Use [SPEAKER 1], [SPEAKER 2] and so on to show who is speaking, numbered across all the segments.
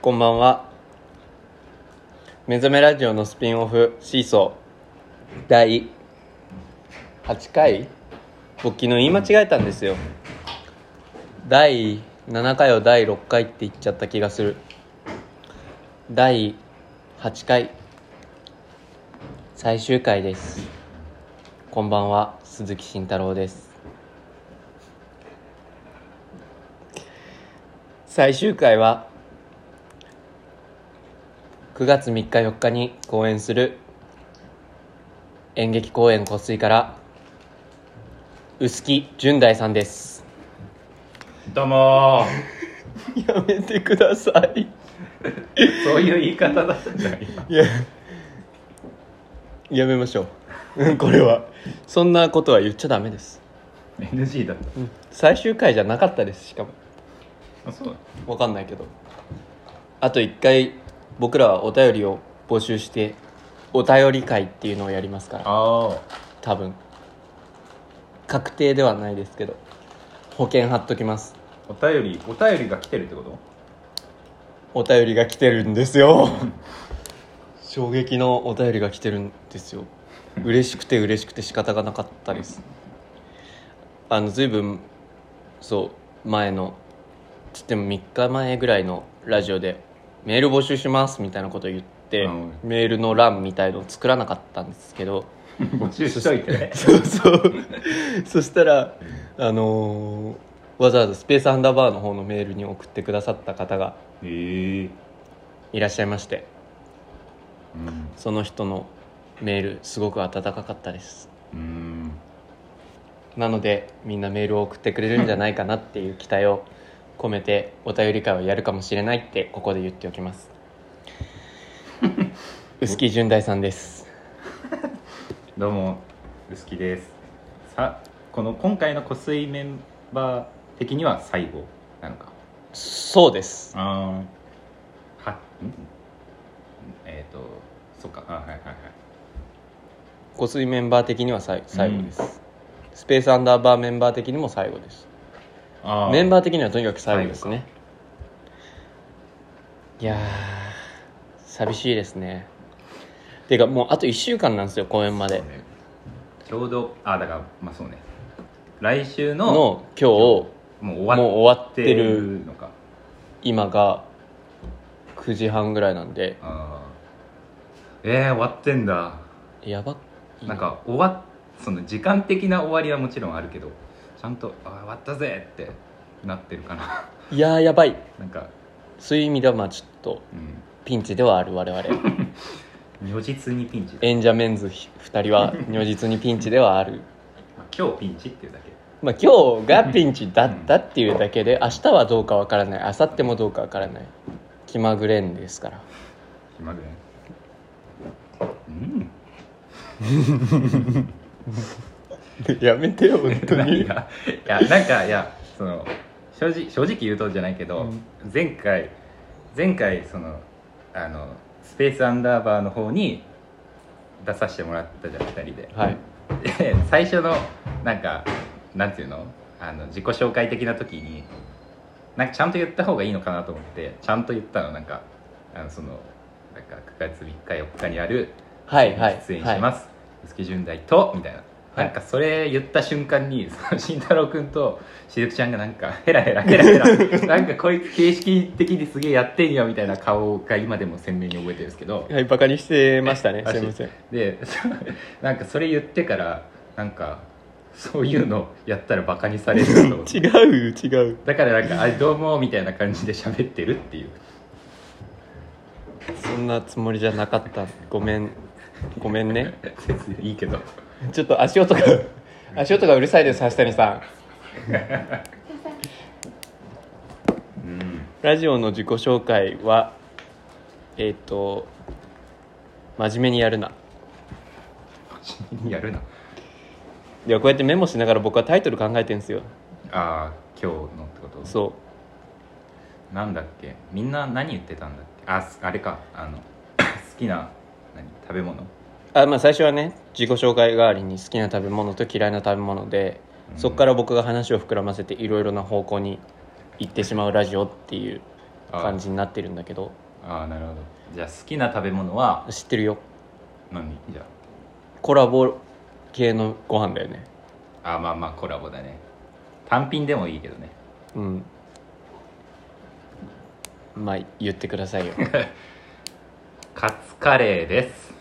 [SPEAKER 1] こんばんは。目覚めラジオのスピンオフ、シーソー、第8回僕昨日言い間違えたんですよ。第7回を第6回って言っちゃった気がする。第8回、最終回です。こんばんは、鈴木慎太郎です。最終回は9月3日4日に公演する演劇公演香水から臼木純大さんです
[SPEAKER 2] どうも
[SPEAKER 1] やめてください
[SPEAKER 2] ーそういう言い方だったじゃん今
[SPEAKER 1] いややめましょううん これはそんなことは言っちゃダメです、
[SPEAKER 2] NG だっ
[SPEAKER 1] うん最終回じゃなかったですしかも
[SPEAKER 2] たあそうだ
[SPEAKER 1] わかんないけどあと1回僕らはお便りを募集してお便り会っていうのをやりますから
[SPEAKER 2] あ
[SPEAKER 1] 多分確定ではないですけど保険貼っときます
[SPEAKER 2] お便りお便りが来てるってこと
[SPEAKER 1] お便りが来てるんですよ 衝撃のお便りが来てるんですよ嬉しくて嬉しくて仕方がなかったですあの随分そう前のつっても3日前ぐらいのラジオでメール募集しますみたいなことを言って
[SPEAKER 2] うん
[SPEAKER 1] メールの欄みたいのを作らなかったんですけど
[SPEAKER 2] 募集しといてね
[SPEAKER 1] そうそうそしたらあのーわざわざスペースアンダーバーの方のメールに送ってくださった方が
[SPEAKER 2] へ え
[SPEAKER 1] いらっしゃいまして
[SPEAKER 2] うん
[SPEAKER 1] その人のメールすごく温かかったです
[SPEAKER 2] うん
[SPEAKER 1] なのでみんなメールを送ってくれるんじゃないかなっていう期待を込めてお便り会をやるかもしれないってここで言っておきます臼木純大さんです
[SPEAKER 2] どうも薄木ですさこの今回の湖水メンバー的には最後なのか
[SPEAKER 1] そうです
[SPEAKER 2] ああはんえっ、とそっかあはいはいはい
[SPEAKER 1] 湖水メンバー的にはさい最後です、スペースアンダーバーメンバー的にも最後です
[SPEAKER 2] あ
[SPEAKER 1] メン
[SPEAKER 2] ー
[SPEAKER 1] バー的にはとにかく最後ですねいやー寂しいですねていうかもうあと1週間なんですよ公演まで
[SPEAKER 2] そうねちょうどあだからまあそうね来週の
[SPEAKER 1] の今日も
[SPEAKER 2] もう
[SPEAKER 1] う
[SPEAKER 2] 終わっ
[SPEAKER 1] 終わっててる
[SPEAKER 2] のか
[SPEAKER 1] 今が9時半ぐらいなんで
[SPEAKER 2] あーえー、終わってんだ
[SPEAKER 1] やばい
[SPEAKER 2] なんか終わっその時間的な終わりはもちろんあるけどちゃんとあー終わったぜってなってるかな
[SPEAKER 1] いやーやばい
[SPEAKER 2] なんか、
[SPEAKER 1] そういう意味ではまあちょっと
[SPEAKER 2] う
[SPEAKER 1] ピンチではある我 々
[SPEAKER 2] ん、如実にピンチだ
[SPEAKER 1] 演者メンズ2人は如実にピンチではある
[SPEAKER 2] まあ今日ピンチっていうだけ
[SPEAKER 1] まあ、今日がピンチだったっていうだけで明日はどうかわからない明後日もどうかわからない気まぐれんですから
[SPEAKER 2] 決まるねう ん
[SPEAKER 1] やめてよ本当
[SPEAKER 2] 何
[SPEAKER 1] に
[SPEAKER 2] がいや なんかいやその正直正直言うとじゃないけど、
[SPEAKER 1] うん
[SPEAKER 2] 前回前回そのあのスペースアンダーバーの方に出させてもらったじゃん2人で
[SPEAKER 1] はい
[SPEAKER 2] で最初のなんかなんていうのあの自己紹介的な時になんかちゃんと言った方がいいのかなと思ってちゃんと言ったのなんかあのそのなんか9月3日4日にある
[SPEAKER 1] はいはい
[SPEAKER 2] 出演
[SPEAKER 1] は
[SPEAKER 2] し
[SPEAKER 1] い
[SPEAKER 2] ます「薄木純大と」みたいな、
[SPEAKER 1] はい
[SPEAKER 2] なんかそれ言った瞬間に その慎太郎君としずくちゃんがなんかヘラヘラヘラヘ ラなんかこいつ形式的にすげえやってんよみたいな顔が今でも鮮明に覚えてるんですけど
[SPEAKER 1] はいバカにしてましたね
[SPEAKER 2] あ
[SPEAKER 1] すいません
[SPEAKER 2] で なんかそれ言ってからなんかそういうのやったらバカにされるなと思って
[SPEAKER 1] 違 う違う
[SPEAKER 2] だからなんか「あどうも」みたいな感じで喋ってるっていう
[SPEAKER 1] そんなつもりじゃなかったごめんごめんね
[SPEAKER 2] 別にいいけど
[SPEAKER 1] ちょっと足 音が足音がうるさいです橋谷さん
[SPEAKER 2] うん
[SPEAKER 1] ラジオの自己紹介はえっ、と真面目にやるな
[SPEAKER 2] 真面目にやるない
[SPEAKER 1] やこうやってメモしながら僕はタイトル考えてるんですよ
[SPEAKER 2] ああ今日のってこと
[SPEAKER 1] そう
[SPEAKER 2] なんだっけみんな何言ってたんだっけあすあれかあの 好きな何食べ物
[SPEAKER 1] あまあ、最初はね自己紹介代わりに好きな食べ物と嫌いな食べ物で、
[SPEAKER 2] うん
[SPEAKER 1] そこから僕が話を膨らませていろいろな方向に行ってしまうラジオっていう感じになってるんだけど
[SPEAKER 2] ああなるほどじゃあ好きな食べ物は
[SPEAKER 1] 知ってるよ
[SPEAKER 2] 何じゃ
[SPEAKER 1] コラボ系のご飯だよね
[SPEAKER 2] ああまあまあコラボだね単品でもいいけどね
[SPEAKER 1] うんまあ言ってください よ
[SPEAKER 2] カツカレーです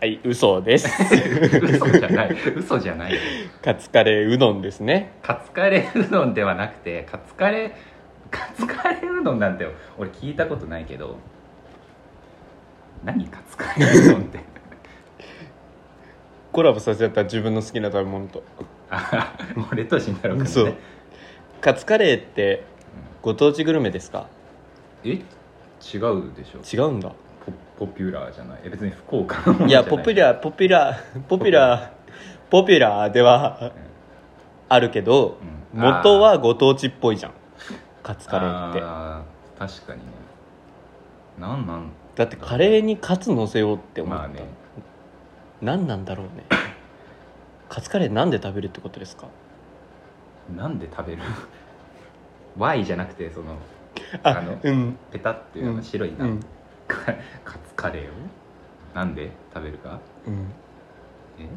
[SPEAKER 1] はい嘘です
[SPEAKER 2] 嘘じゃ ない嘘じゃない
[SPEAKER 1] カツカレーうどんですね
[SPEAKER 2] カツカレーうどんではなくてカツカレーカツカレーうどんなんて俺聞いたことないけど何カツカレーうどんって
[SPEAKER 1] コラボさせちゃった自分の好きな食べ物と
[SPEAKER 2] あ俺と慎太郎君ね
[SPEAKER 1] そうカツカレーってご当地グルメですか
[SPEAKER 2] え違うでしょ
[SPEAKER 1] 違うんだ
[SPEAKER 2] ポポピュラーじゃないえ別に福岡のもの
[SPEAKER 1] い
[SPEAKER 2] じゃ
[SPEAKER 1] や
[SPEAKER 2] な
[SPEAKER 1] ポピュラーポピュラーポピュラーポピュラーではあるけど、
[SPEAKER 2] うん
[SPEAKER 1] 元はご当地っぽいじゃんカツカレーって
[SPEAKER 2] あー確かにねなんなん
[SPEAKER 1] だってカレーにカツ乗せようって思っ
[SPEAKER 2] ま
[SPEAKER 1] た、
[SPEAKER 2] あね
[SPEAKER 1] 何なんだろうねカツカレーなんで食べるってことですか
[SPEAKER 2] なんで食べる Y じゃなくてその
[SPEAKER 1] あ
[SPEAKER 2] あの
[SPEAKER 1] うん
[SPEAKER 2] ペタっていうのが白いな、
[SPEAKER 1] うん
[SPEAKER 2] か カツカレーをなんで食べるか
[SPEAKER 1] うん
[SPEAKER 2] え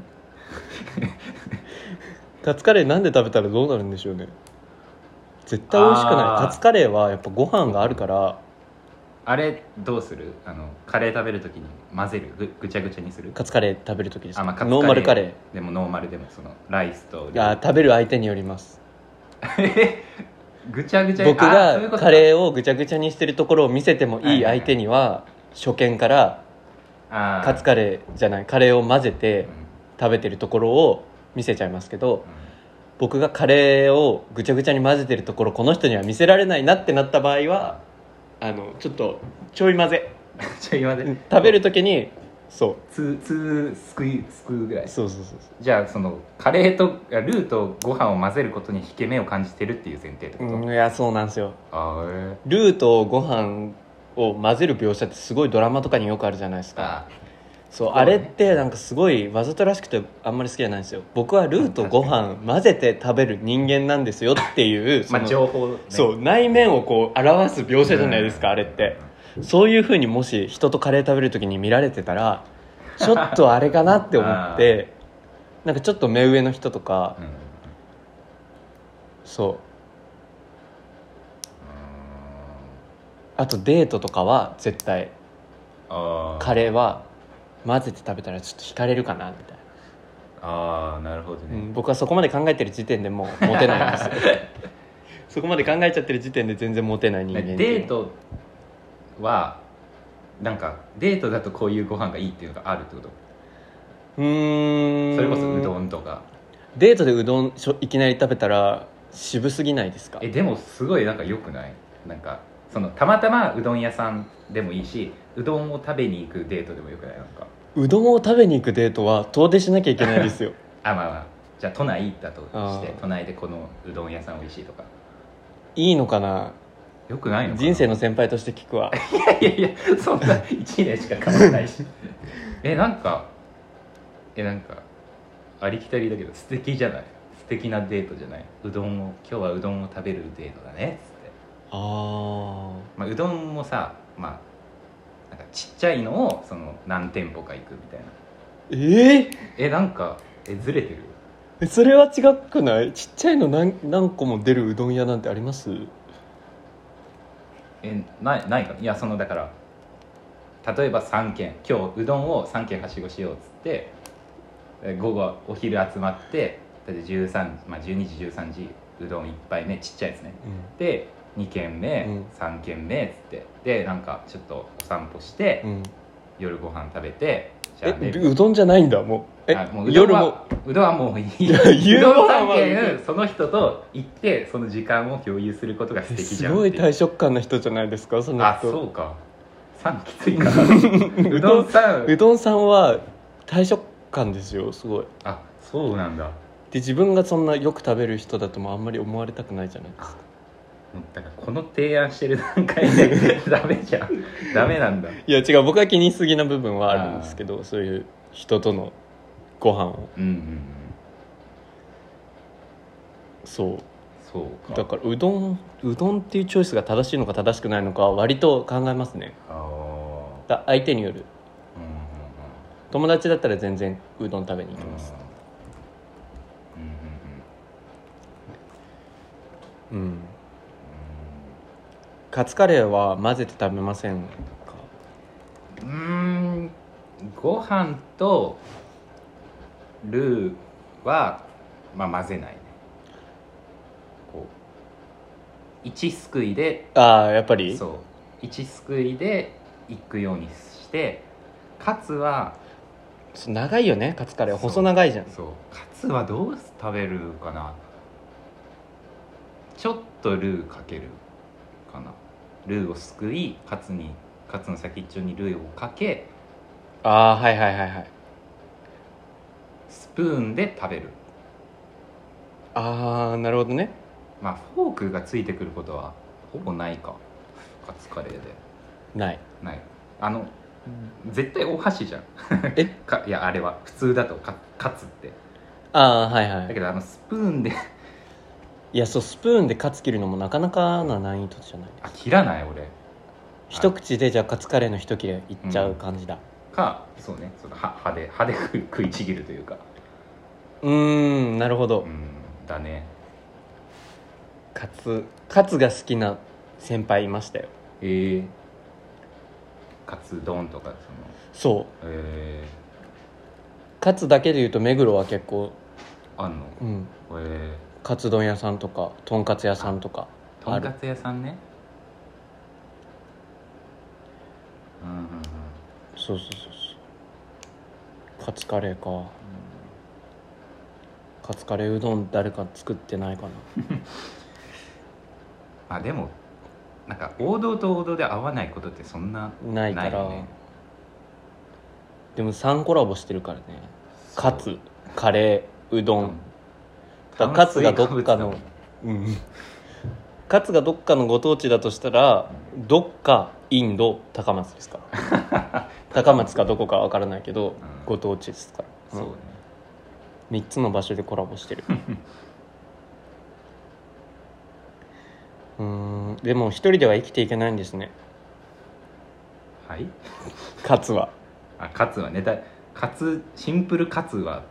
[SPEAKER 1] カツカレーなんで食べたらどうなるんでしょうね絶対美味しく
[SPEAKER 2] あ
[SPEAKER 1] な
[SPEAKER 2] ー
[SPEAKER 1] いカツカレーはやっぱご飯があるから
[SPEAKER 2] あれどうするあのカレー食べるときに混ぜるぐぐちゃぐちゃにする
[SPEAKER 1] カツカレー食べる時ですか
[SPEAKER 2] あまあカツカレー
[SPEAKER 1] ノーマルカレ
[SPEAKER 2] でもノーマルでもそのライスと
[SPEAKER 1] ーあー食べる相手によります
[SPEAKER 2] ぐちゃぐちゃ
[SPEAKER 1] 僕
[SPEAKER 2] あそういう
[SPEAKER 1] が
[SPEAKER 2] こと
[SPEAKER 1] カレーをぐちゃぐちゃにしてるところを見せてもいい相手には初見から
[SPEAKER 2] あー
[SPEAKER 1] カツカレーじゃないカレーを混ぜ
[SPEAKER 2] う
[SPEAKER 1] て
[SPEAKER 2] ん
[SPEAKER 1] 食べてるところを見せちゃいますけど
[SPEAKER 2] うん
[SPEAKER 1] 僕がカレーをぐちゃぐちゃに混ぜてるところこの人には見せられないなってなった場合はあのちょっとちょい混ぜ
[SPEAKER 2] ちょ今で
[SPEAKER 1] 食べる時にそ
[SPEAKER 2] つつすくいすくうぐら
[SPEAKER 1] う
[SPEAKER 2] い
[SPEAKER 1] そうそうそうそう
[SPEAKER 2] じゃあそのカレーとあルーとご飯を混ぜることに引け目を感じてるっていう前提ってこと、
[SPEAKER 1] うんいやそうなんですよ
[SPEAKER 2] あーえ
[SPEAKER 1] ルーとご飯を混ぜる描写ってすごいドラマとかによくあるじゃないですか
[SPEAKER 2] あ
[SPEAKER 1] そう
[SPEAKER 2] そうね
[SPEAKER 1] あれってなんかすごいわざとらしくてあんまり好きじゃないんですよ僕はルーとご飯混ぜて食べる人間なんですよっていう そ
[SPEAKER 2] まあ
[SPEAKER 1] の
[SPEAKER 2] 情報、ね、
[SPEAKER 1] そうう内面をこう表す描写じゃないですか、
[SPEAKER 2] うん
[SPEAKER 1] あれってそういうふうにもし人とカレー食べる時に見られてたらちょっとあれかなって思って なんかちょっと目上の人とか
[SPEAKER 2] ん、
[SPEAKER 1] そうあとデートとかは絶対
[SPEAKER 2] あー
[SPEAKER 1] カレーは混ぜて食べたらちょっと惹かれるかなみたいな、
[SPEAKER 2] あーなるほど
[SPEAKER 1] う
[SPEAKER 2] ね、
[SPEAKER 1] ん、僕はそこまで考えてる時点でもうモテないんですよ そこまで考えちゃってる時点で全然モテない人間っていう
[SPEAKER 2] デートはなんかデートだとこういうご飯がいいっていうのがあるってこと
[SPEAKER 1] うーん
[SPEAKER 2] それこそうどんとか
[SPEAKER 1] デートでうどんしょいきなり食べたら渋すぎないですか
[SPEAKER 2] えでもすごいなんか良くないなんかそのたまたまうどん屋さんでもいいしうどんを食べに行くデートでもよくないなんか
[SPEAKER 1] うどんを食べに行くデートは遠出しなきゃいけないです よ
[SPEAKER 2] あまあまあじゃあ都内だとして
[SPEAKER 1] あー
[SPEAKER 2] 都内でこのうどん屋さん美味しいとか
[SPEAKER 1] いいのかな
[SPEAKER 2] よくないのかな
[SPEAKER 1] 人生の先輩として聞くわ
[SPEAKER 2] いやいやいやそんな1年しか変わらな いしえなんかえなんかありきたりだけど素敵じゃない素敵なデートじゃないうどんを今日はうどんを食べるデートだねっつって
[SPEAKER 1] あー
[SPEAKER 2] まあ、うどんもさ、まあ、なんかちっちゃいのをその何店舗か行くみたいな
[SPEAKER 1] え
[SPEAKER 2] えなんかえずれてる
[SPEAKER 1] ー、それは違くないちっちゃいの何何個も出るうどん屋なんてあります
[SPEAKER 2] えないないかないやそのだから例えば3軒今日うどんを3軒はしごしようっつってえ午後お昼集まってだって13、まあ、12時13時うどん1杯目ちっちゃいですねで2軒目、
[SPEAKER 1] うん
[SPEAKER 2] 3軒目っつってでなんかちょっとお散歩して、
[SPEAKER 1] うん、うん、
[SPEAKER 2] 夜ご飯食べてじ
[SPEAKER 1] え
[SPEAKER 2] あね
[SPEAKER 1] うどんじゃないんだもうえ
[SPEAKER 2] あもううどん
[SPEAKER 1] 夜も
[SPEAKER 2] はうどんはもういい
[SPEAKER 1] いや夕
[SPEAKER 2] う
[SPEAKER 1] ご
[SPEAKER 2] どん
[SPEAKER 1] 飯は
[SPEAKER 2] 3軒その人と行ってその時間を共有することが素敵じ
[SPEAKER 1] す
[SPEAKER 2] ゃんっ
[SPEAKER 1] ご
[SPEAKER 2] て
[SPEAKER 1] い退職感な人じゃないですかその人
[SPEAKER 2] あそうか3きついか なうどん
[SPEAKER 1] う
[SPEAKER 2] 3
[SPEAKER 1] どんさんは退職感ですよすごい
[SPEAKER 2] あそうなんだ
[SPEAKER 1] で自分がそんなよく食べる人だともあんまり思われたくないじゃないですか
[SPEAKER 2] だからこの提案してる段階で ダメじゃんダメなんだ
[SPEAKER 1] いや違う僕は気にしすぎな部分はあるんですけどそういう人とのご飯を
[SPEAKER 2] うんうんうん
[SPEAKER 1] そう
[SPEAKER 2] そう
[SPEAKER 1] だか
[SPEAKER 2] か
[SPEAKER 1] らうどんうどんっていうチョイスが正しいのか正しくないのかは割と考えますね
[SPEAKER 2] ああ
[SPEAKER 1] だ相手による
[SPEAKER 2] うんうんうん
[SPEAKER 1] 友達だったら全然うどん食べに行き
[SPEAKER 2] うん
[SPEAKER 1] ます
[SPEAKER 2] うんうんうん
[SPEAKER 1] うん、カツカレーは混ぜて食べませんか
[SPEAKER 2] うーんご飯とルーは、まあ、混ぜないねこう一すくいで
[SPEAKER 1] ああやっぱり
[SPEAKER 2] そう一すくいでいくようにしてカツは
[SPEAKER 1] そう長いよねカツカレー
[SPEAKER 2] そう
[SPEAKER 1] 細長いじゃん
[SPEAKER 2] そうカツはどう食べるかなちょっとルーかけるかなルーをすくいカツにカツの先っちょにルーをかけ
[SPEAKER 1] ああーはいはいはいはい
[SPEAKER 2] スプーンで食べる
[SPEAKER 1] ああなるほどね
[SPEAKER 2] まあフォークがついてくることはほぼないかカツカレーで
[SPEAKER 1] ない
[SPEAKER 2] ないあの絶対お箸じゃん
[SPEAKER 1] え
[SPEAKER 2] かいやあれは普通だとかカツって
[SPEAKER 1] ああはいは
[SPEAKER 2] だ
[SPEAKER 1] い
[SPEAKER 2] けどあのスプーンで
[SPEAKER 1] いやそうスプーンでカツ切るのもなかなかな難易度じゃない
[SPEAKER 2] あ切らない俺
[SPEAKER 1] 一口でじゃあカツカレーの一切れいっちゃう感じだ
[SPEAKER 2] かそうねその歯歯で歯で食い食いちぎるというか
[SPEAKER 1] うーんなるほど
[SPEAKER 2] うんだね
[SPEAKER 1] カツカツが好きな先輩いましたよ
[SPEAKER 2] ええカツ丼とかその
[SPEAKER 1] そう
[SPEAKER 2] え
[SPEAKER 1] カツだけで言うと目黒は結構、
[SPEAKER 2] えあんの
[SPEAKER 1] うん、
[SPEAKER 2] え
[SPEAKER 1] カツ丼屋さんとかとんかつ屋さんとか
[SPEAKER 2] えとんかつ屋さんねうんうんうん
[SPEAKER 1] そうそうそうそうカツカレーかカツカレーうどん誰か作ってないかな
[SPEAKER 2] まあでもなんか王道と王道で合わないことってそんな
[SPEAKER 1] ないから
[SPEAKER 2] よね
[SPEAKER 1] でも3コラボしてるからね
[SPEAKER 2] そう
[SPEAKER 1] カツカレーうど
[SPEAKER 2] うんん
[SPEAKER 1] だからカツがどっかの
[SPEAKER 2] 炭水化物だもん
[SPEAKER 1] うんカツがどっかのご当地だとしたらどっかインド高松ですから 高松かどこかわからないけど、
[SPEAKER 2] うん
[SPEAKER 1] ご当地ですから
[SPEAKER 2] そうね
[SPEAKER 1] 3つの場所でコラボしてるうーんでも一人では生きていけないんですね
[SPEAKER 2] はい
[SPEAKER 1] カツは
[SPEAKER 2] あカツはねだカツシンプルカツは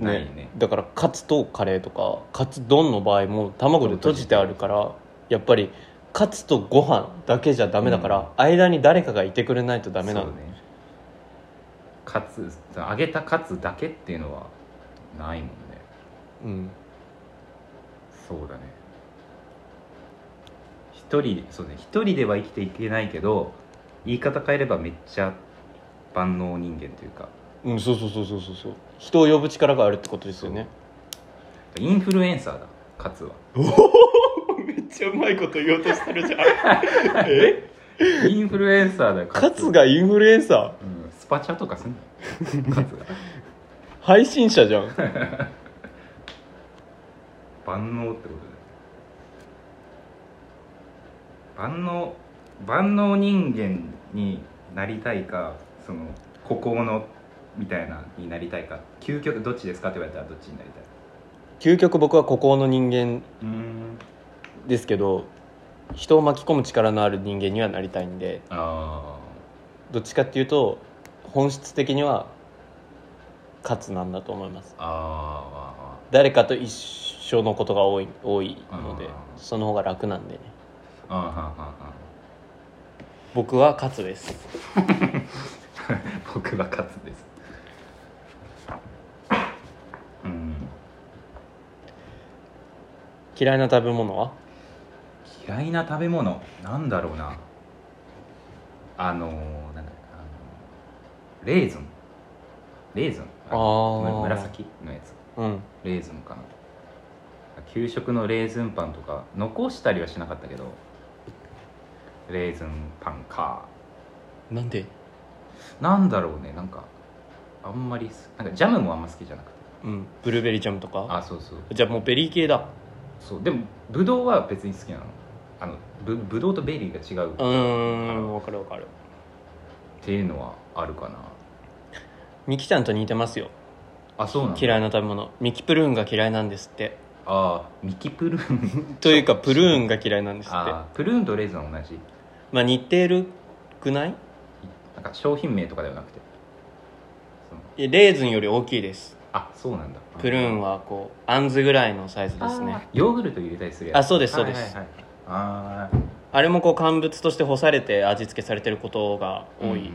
[SPEAKER 2] ないね
[SPEAKER 1] だからカツとカレーとかカツ丼の場合も卵で閉じてあるからやっぱりカツとご飯だけじゃダメだから、
[SPEAKER 2] うん
[SPEAKER 1] 間に誰かがいてくれないとダメな
[SPEAKER 2] そ
[SPEAKER 1] の、
[SPEAKER 2] うねカツ揚げたカツだけっていうのはないもんね
[SPEAKER 1] うん
[SPEAKER 2] そうだね一人そうね一人では生きていけないけど言い方変えればめっちゃ万能人間というか
[SPEAKER 1] うん、そうそうそうそうそうそう人を呼ぶ力があるってことですよね
[SPEAKER 2] インフルエンサーだカツは
[SPEAKER 1] めっちゃうまいこと言おうとしてるじゃんえ
[SPEAKER 2] インフルエンサーだよ
[SPEAKER 1] カツ、がインフルエンサ
[SPEAKER 2] うん、スパチャとかすん のカツが
[SPEAKER 1] ー配信者じゃん
[SPEAKER 2] 万能ってことだよ万能万能人間になりたいかその孤高のみたいなになりたいか究極どっちですかって言われたらどっちになりたい
[SPEAKER 1] 究極僕は孤高の人間
[SPEAKER 2] うん
[SPEAKER 1] ですけど人を巻き込む力のある人間にはなりたいんで
[SPEAKER 2] あ
[SPEAKER 1] どっちかっていうと本質的には勝つなんだと思います
[SPEAKER 2] ああ
[SPEAKER 1] 誰かと一緒のことが多い多いので
[SPEAKER 2] あー
[SPEAKER 1] その方が楽なんでね
[SPEAKER 2] あああ
[SPEAKER 1] 僕は勝つです
[SPEAKER 2] 僕は勝つですうん
[SPEAKER 1] 嫌いな食べ物は
[SPEAKER 2] 嫌いな食べ物なんだろうなあのーなんだあのーレーズンレーズンの
[SPEAKER 1] あー
[SPEAKER 2] む紫のやつ
[SPEAKER 1] うん
[SPEAKER 2] レーズンかな給食のレーズンパンとか残したりはしなかったけどレーズンパンか
[SPEAKER 1] なんで
[SPEAKER 2] なんだろうねなんかあんまりすなんかジャムもあんま好きじゃなくて
[SPEAKER 1] うんブルーベリージャムとか
[SPEAKER 2] あそうそう
[SPEAKER 1] じゃあもうベリー系だ
[SPEAKER 2] そうでもブドウは別に好きなのあのぶブドウとベリーが違う
[SPEAKER 1] うーんわかるわかる
[SPEAKER 2] っていうのはあるかな
[SPEAKER 1] ミキちゃんと似てますよ
[SPEAKER 2] あそうなんだ
[SPEAKER 1] 嫌いな食べ物ミキプルーンが嫌いなんですって
[SPEAKER 2] ああミキプルーン
[SPEAKER 1] というかプルーンが嫌いなんですって
[SPEAKER 2] ああプルーンとレーズンは同じ
[SPEAKER 1] まあ似てるくない
[SPEAKER 2] なんか商品名とかではなくてその
[SPEAKER 1] いやレーズンより大きいです
[SPEAKER 2] あそうなんだ
[SPEAKER 1] プルーンはこうあんずぐらいのサイズです
[SPEAKER 2] あー
[SPEAKER 1] ね
[SPEAKER 2] ヨーグルト入れたりするやつ
[SPEAKER 1] あそうですそうです
[SPEAKER 2] はいはいはいあ
[SPEAKER 1] あれもこう乾物として干されて味付けされてることが
[SPEAKER 2] あ
[SPEAKER 1] 多い、
[SPEAKER 2] うんうんうんうん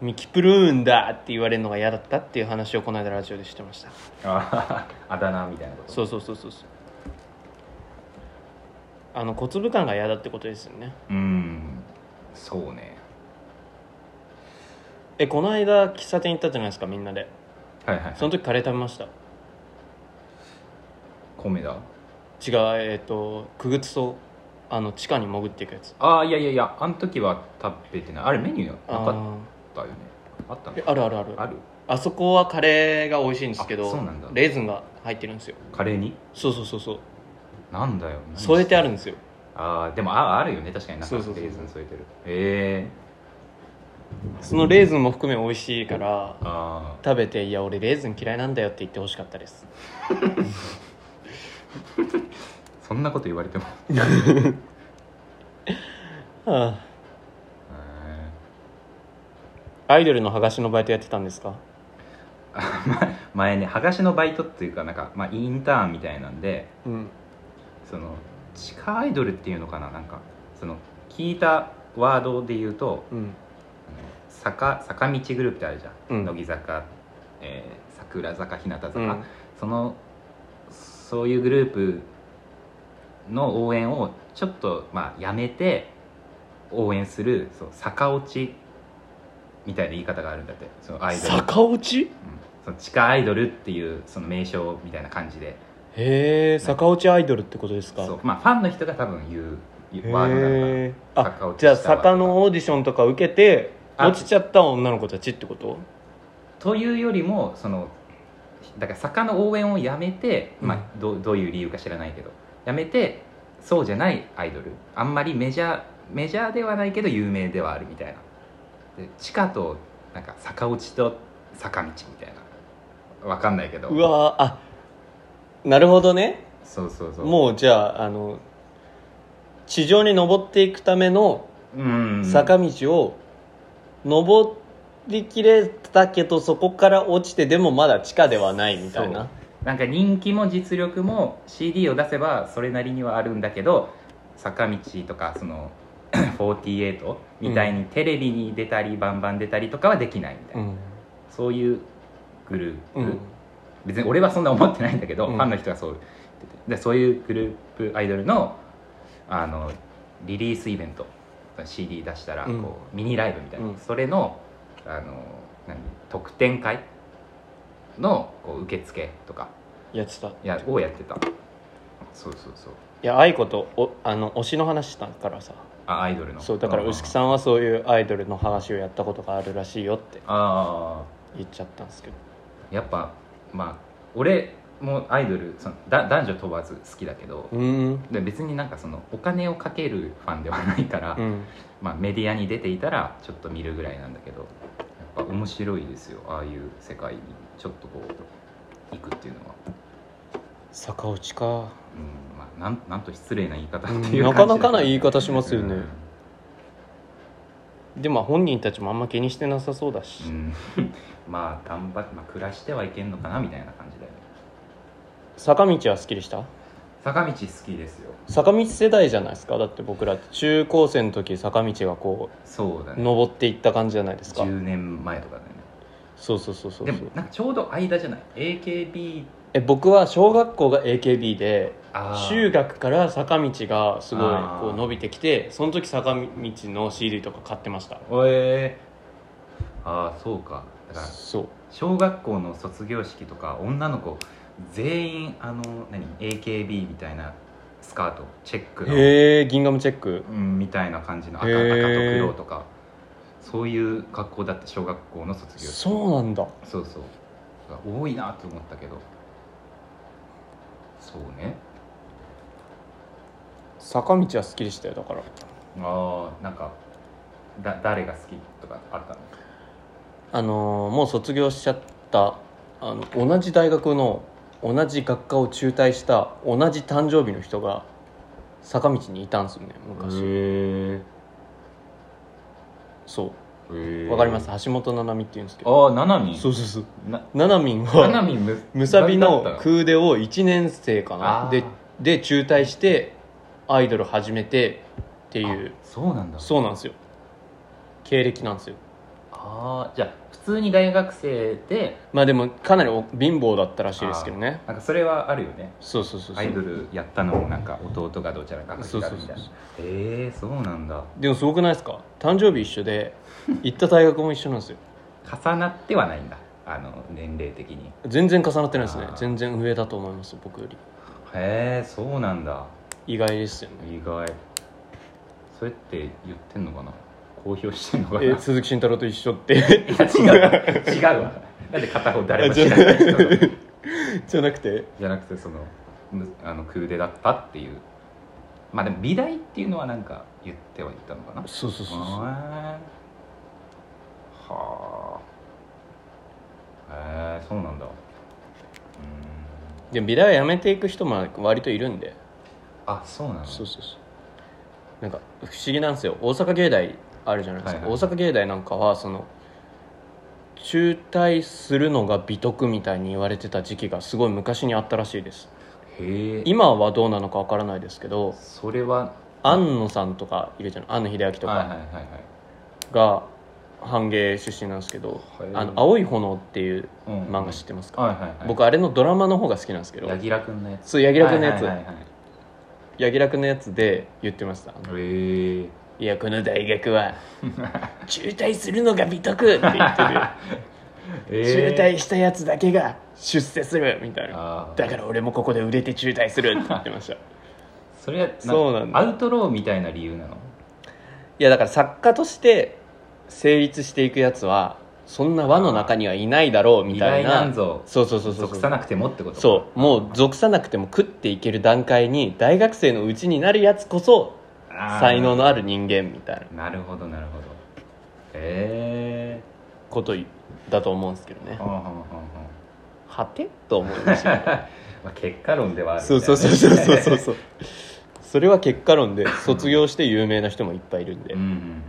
[SPEAKER 1] ミキプルーンだって言われるのが嫌だったっていう話をこの間ラジオでしてました
[SPEAKER 2] あーあだ名みたいなこと
[SPEAKER 1] そううそうそうそうそうあの小粒感が嫌だってことですよね
[SPEAKER 2] うんそうね
[SPEAKER 1] えこの間喫茶店行ったじゃないですかみんなで
[SPEAKER 2] はいはい、はい、
[SPEAKER 1] その時カレー食べました
[SPEAKER 2] 米だ
[SPEAKER 1] 違うえっ、とくぐつそあの地下に潜っていくやつ
[SPEAKER 2] ああいやいやいやあの時は食べてないあれメニューな
[SPEAKER 1] あ
[SPEAKER 2] かっ
[SPEAKER 1] ー
[SPEAKER 2] たよねあったの
[SPEAKER 1] えあるあるある
[SPEAKER 2] ある
[SPEAKER 1] あそこはカレーが美味しいんですけ
[SPEAKER 2] あ
[SPEAKER 1] ど
[SPEAKER 2] そうなんだ
[SPEAKER 1] レーズンが入ってるんですよ
[SPEAKER 2] カレーに
[SPEAKER 1] そうそうそうそう
[SPEAKER 2] なんだよ何
[SPEAKER 1] 添えてあるんですよ
[SPEAKER 2] ああでもああるよね確かに中
[SPEAKER 1] そう
[SPEAKER 2] レ
[SPEAKER 1] そうそう
[SPEAKER 2] ーズン添えてるえ
[SPEAKER 1] そのレーズンも含め美味しいから
[SPEAKER 2] えー、あ
[SPEAKER 1] 食べて「いや俺レーズン嫌いなんだよ」って言ってほしかったです
[SPEAKER 2] あそんなこと言われても
[SPEAKER 1] ああ
[SPEAKER 2] え
[SPEAKER 1] アイドルの剥がしのバイトやってたんですか
[SPEAKER 2] ー前ね剥がしのバイトっていうかなんか、まあ、インターンみたいなんで
[SPEAKER 1] うん
[SPEAKER 2] その地下アイドルっていうのかななんかその聞いたワードで言うと
[SPEAKER 1] うん
[SPEAKER 2] 坂坂道グループってあるじゃん、
[SPEAKER 1] うん
[SPEAKER 2] 乃木坂、えー桜坂日向坂、
[SPEAKER 1] うん
[SPEAKER 2] そのそういうグループの応援をちょっとまあやめて応援するそう坂落ちみたいな言い方があるんだってそのアイドル、うん
[SPEAKER 1] 坂落ち
[SPEAKER 2] その地下アイドルっていうその名称みたいな感じで
[SPEAKER 1] へえ坂落ちアイドルってことですか
[SPEAKER 2] そう、まあ、ファンの人が多分言う言うワードなのかな
[SPEAKER 1] へえあ
[SPEAKER 2] 坂落ち
[SPEAKER 1] じゃあ
[SPEAKER 2] したわ
[SPEAKER 1] 坂のオーディションとか受けて
[SPEAKER 2] あ
[SPEAKER 1] 落ちちゃった女の子たちってこと
[SPEAKER 2] というよりもそのだから坂の応援をやめて、
[SPEAKER 1] うん
[SPEAKER 2] まあ、どうどういう理由か知らないけどやめてそうじゃないアイドルあんまりメジャーメジャーではないけど有名ではあるみたいなで地下となんか坂落ちと坂道みたいなわかんないけど
[SPEAKER 1] うわーあなるほどね
[SPEAKER 2] そうそうそう
[SPEAKER 1] もうじゃああの地上に登っていくための
[SPEAKER 2] うん
[SPEAKER 1] 坂道を登りきれたけどそこから落ちてでもまだ地下ではないみたい
[SPEAKER 2] そ
[SPEAKER 1] な
[SPEAKER 2] うなんか人気も実力も CD を出せばそれなりにはあるんだけど坂道とかその 48みたいにテレビに出たりバンバン出たりとかはできないみたいな、
[SPEAKER 1] ん、
[SPEAKER 2] そういうグループ、
[SPEAKER 1] うん、
[SPEAKER 2] 別に俺はそんな思ってないんだけど、
[SPEAKER 1] うん
[SPEAKER 2] ファンの人がそう言っててでそういうグループアイドルのあのリリースイベント CD 出したらこう、
[SPEAKER 1] うん
[SPEAKER 2] ミニライブみたいな、
[SPEAKER 1] うん
[SPEAKER 2] それのあの何特典会のこう受付とか
[SPEAKER 1] やってたい
[SPEAKER 2] いやをやってたそうそうそう
[SPEAKER 1] や愛子とおあの推しの話したからさ
[SPEAKER 2] あアイドルの
[SPEAKER 1] そうだから牛木さ
[SPEAKER 2] ん
[SPEAKER 1] んはそういうアイドルの話をやったことがあるらしいよって
[SPEAKER 2] あ
[SPEAKER 1] 言っちゃったんですけど
[SPEAKER 2] あやっぱまあ俺もアイドルそのだ男女問わず好きだけど、
[SPEAKER 1] うーん
[SPEAKER 2] で別になんかそのお金をかけるファンではないから、
[SPEAKER 1] うん
[SPEAKER 2] まあ、メディアに出ていたらちょっと見るぐらいなんだけどやっぱ面白いですよああいう世界にちょっとこう行くっていうのは、
[SPEAKER 1] 坂落ちか
[SPEAKER 2] うんまあ、なんなんと失礼な言い方っていう感じだけど、
[SPEAKER 1] なかなかな言い方し
[SPEAKER 2] し
[SPEAKER 1] ますよね、でも本人たちもあんま気にしてなさそうだし、
[SPEAKER 2] うん、まあ頑張って、まあ、暮らしてはいけんのかなみたいな感じだよね
[SPEAKER 1] 坂道は好きでした
[SPEAKER 2] 坂道好きですよ
[SPEAKER 1] 坂道世代じゃないですかだって僕ら中高生の時坂道がこ
[SPEAKER 2] そうだ
[SPEAKER 1] う
[SPEAKER 2] ね
[SPEAKER 1] 登っていった感じじゃないですか
[SPEAKER 2] 10年前とかだよね
[SPEAKER 1] そうそうそうそう
[SPEAKER 2] で
[SPEAKER 1] そ
[SPEAKER 2] も
[SPEAKER 1] う
[SPEAKER 2] なんかちょうど間じゃない AKB
[SPEAKER 1] え僕は小学校が AKB で
[SPEAKER 2] あー
[SPEAKER 1] 中学から坂道がすごい
[SPEAKER 2] あー
[SPEAKER 1] こう伸びてきてその時坂道の CD とか買ってました
[SPEAKER 2] おえー、ああそうかだから
[SPEAKER 1] そう
[SPEAKER 2] 小学校の卒業式とか女の子全員あの何 AKB みたいなスカートチェックの、
[SPEAKER 1] へえギンガムチェック
[SPEAKER 2] うん、みたいな感じの赤
[SPEAKER 1] へ
[SPEAKER 2] 赤と
[SPEAKER 1] ー
[SPEAKER 2] 黒とかそういう格好だった小学校の卒業式
[SPEAKER 1] そうなんだ
[SPEAKER 2] そうそうだから多いなと思ったけどそうね
[SPEAKER 1] 坂道は好きでしたよだから
[SPEAKER 2] ああなんかだ誰が好きとかあったの
[SPEAKER 1] あのーもう卒業しちゃったあの同じ大学の同じ学科を中退した同じ誕生日の人が坂道にいたんですよね昔、
[SPEAKER 2] へ
[SPEAKER 1] そ
[SPEAKER 2] え
[SPEAKER 1] うわかります橋本七海って言うんですけど
[SPEAKER 2] ああななみん
[SPEAKER 1] そうそうそう
[SPEAKER 2] な
[SPEAKER 1] ななみん
[SPEAKER 2] なな
[SPEAKER 1] は
[SPEAKER 2] みんむ
[SPEAKER 1] むさび
[SPEAKER 2] なんだ
[SPEAKER 1] の
[SPEAKER 2] った
[SPEAKER 1] 空手を1年生か
[SPEAKER 2] あ
[SPEAKER 1] な
[SPEAKER 2] ー
[SPEAKER 1] でで中退してアイドル始めてっていう
[SPEAKER 2] そうなんだ
[SPEAKER 1] そうなんですよ経歴なんですよ
[SPEAKER 2] ああじゃあ普通に大学生で
[SPEAKER 1] まあでもかなりお貧乏だったらしいですけどね
[SPEAKER 2] なんかそれはあるよね
[SPEAKER 1] そうそうそう
[SPEAKER 2] ア
[SPEAKER 1] そ
[SPEAKER 2] イド
[SPEAKER 1] う
[SPEAKER 2] ルやったのもなんか弟がどうちゃらかんちゃらみたいな
[SPEAKER 1] そうそう
[SPEAKER 2] ええそうなんだ
[SPEAKER 1] でもすごくないですか誕生日一緒 で行った大学も一緒なんですよ
[SPEAKER 2] 重なってはないんだあの年齢的に
[SPEAKER 1] 全然重なってないですね
[SPEAKER 2] あー
[SPEAKER 1] 全然上だと思います僕より
[SPEAKER 2] へえそうなんだ
[SPEAKER 1] 意外ですよね
[SPEAKER 2] 意外それって言ってんのかな公表してんのかな、
[SPEAKER 1] え鈴木慎太郎と一緒って
[SPEAKER 2] いや違う違うわなんで片方誰も知らない人 の
[SPEAKER 1] じゃなくて
[SPEAKER 2] じゃなくてそのむあの空手だったっていうまあでも美大っていうのはなんか言ってはいたのかな
[SPEAKER 1] そうそうそうそう
[SPEAKER 2] はあへえそうなんだうーん
[SPEAKER 1] でも美大は辞めていく人も割といるんで
[SPEAKER 2] あそうなの
[SPEAKER 1] そうそうそうなんか不思議なんですよ大阪芸大あるじゃないですか、
[SPEAKER 2] はいはい
[SPEAKER 1] 大阪芸大なんかはその中退するのが美徳みたいに言われてた時期がすごい昔にあったらしいです
[SPEAKER 2] へえ
[SPEAKER 1] 今はどうなのかわからないですけど
[SPEAKER 2] それは
[SPEAKER 1] 庵野さんとかいるじゃない庵野秀明と
[SPEAKER 2] はいはい
[SPEAKER 1] か
[SPEAKER 2] はいはい
[SPEAKER 1] が半芸出身なんですけど
[SPEAKER 2] はい
[SPEAKER 1] 「あの青い炎」っていう
[SPEAKER 2] うん
[SPEAKER 1] 漫画知ってますか、
[SPEAKER 2] はいはいはい
[SPEAKER 1] 僕あれのドラマの方が好きなんですけど
[SPEAKER 2] 柳楽君のやつ
[SPEAKER 1] そう柳楽のやつ、
[SPEAKER 2] はいはいはいはい
[SPEAKER 1] 柳楽のやつで言ってました「
[SPEAKER 2] へえ
[SPEAKER 1] いやこの大学 は中退するのが美徳」って言ってる中退したやつだけが出世するみたいな
[SPEAKER 2] あー
[SPEAKER 1] だから俺もここで売れて中退するって言ってましたい
[SPEAKER 2] それは
[SPEAKER 1] そうなんだ
[SPEAKER 2] アウトローみたいな理由なの
[SPEAKER 1] やだから作家として成立していくやつはそんな輪の中にはいないだろうみ
[SPEAKER 2] 依
[SPEAKER 1] た
[SPEAKER 2] 頼
[SPEAKER 1] いな
[SPEAKER 2] なんぞ
[SPEAKER 1] そうそうそうそう
[SPEAKER 2] 属さなくてもってこと
[SPEAKER 1] そうもう属さなくても食っていける段階に大学生のうちになるやつこそ
[SPEAKER 2] あー
[SPEAKER 1] 才能のある人間みたいな
[SPEAKER 2] なるほどなるほどへえ
[SPEAKER 1] ことだと思うんですけどね
[SPEAKER 2] はんはんはんはん
[SPEAKER 1] はてと思いました
[SPEAKER 2] まあ結果論ではあるんだ
[SPEAKER 1] そう
[SPEAKER 2] よね
[SPEAKER 1] そうそうそうそうそうそうそれは結果論で卒業して有名な人もいっぱいいるんで
[SPEAKER 2] うんうんうんうん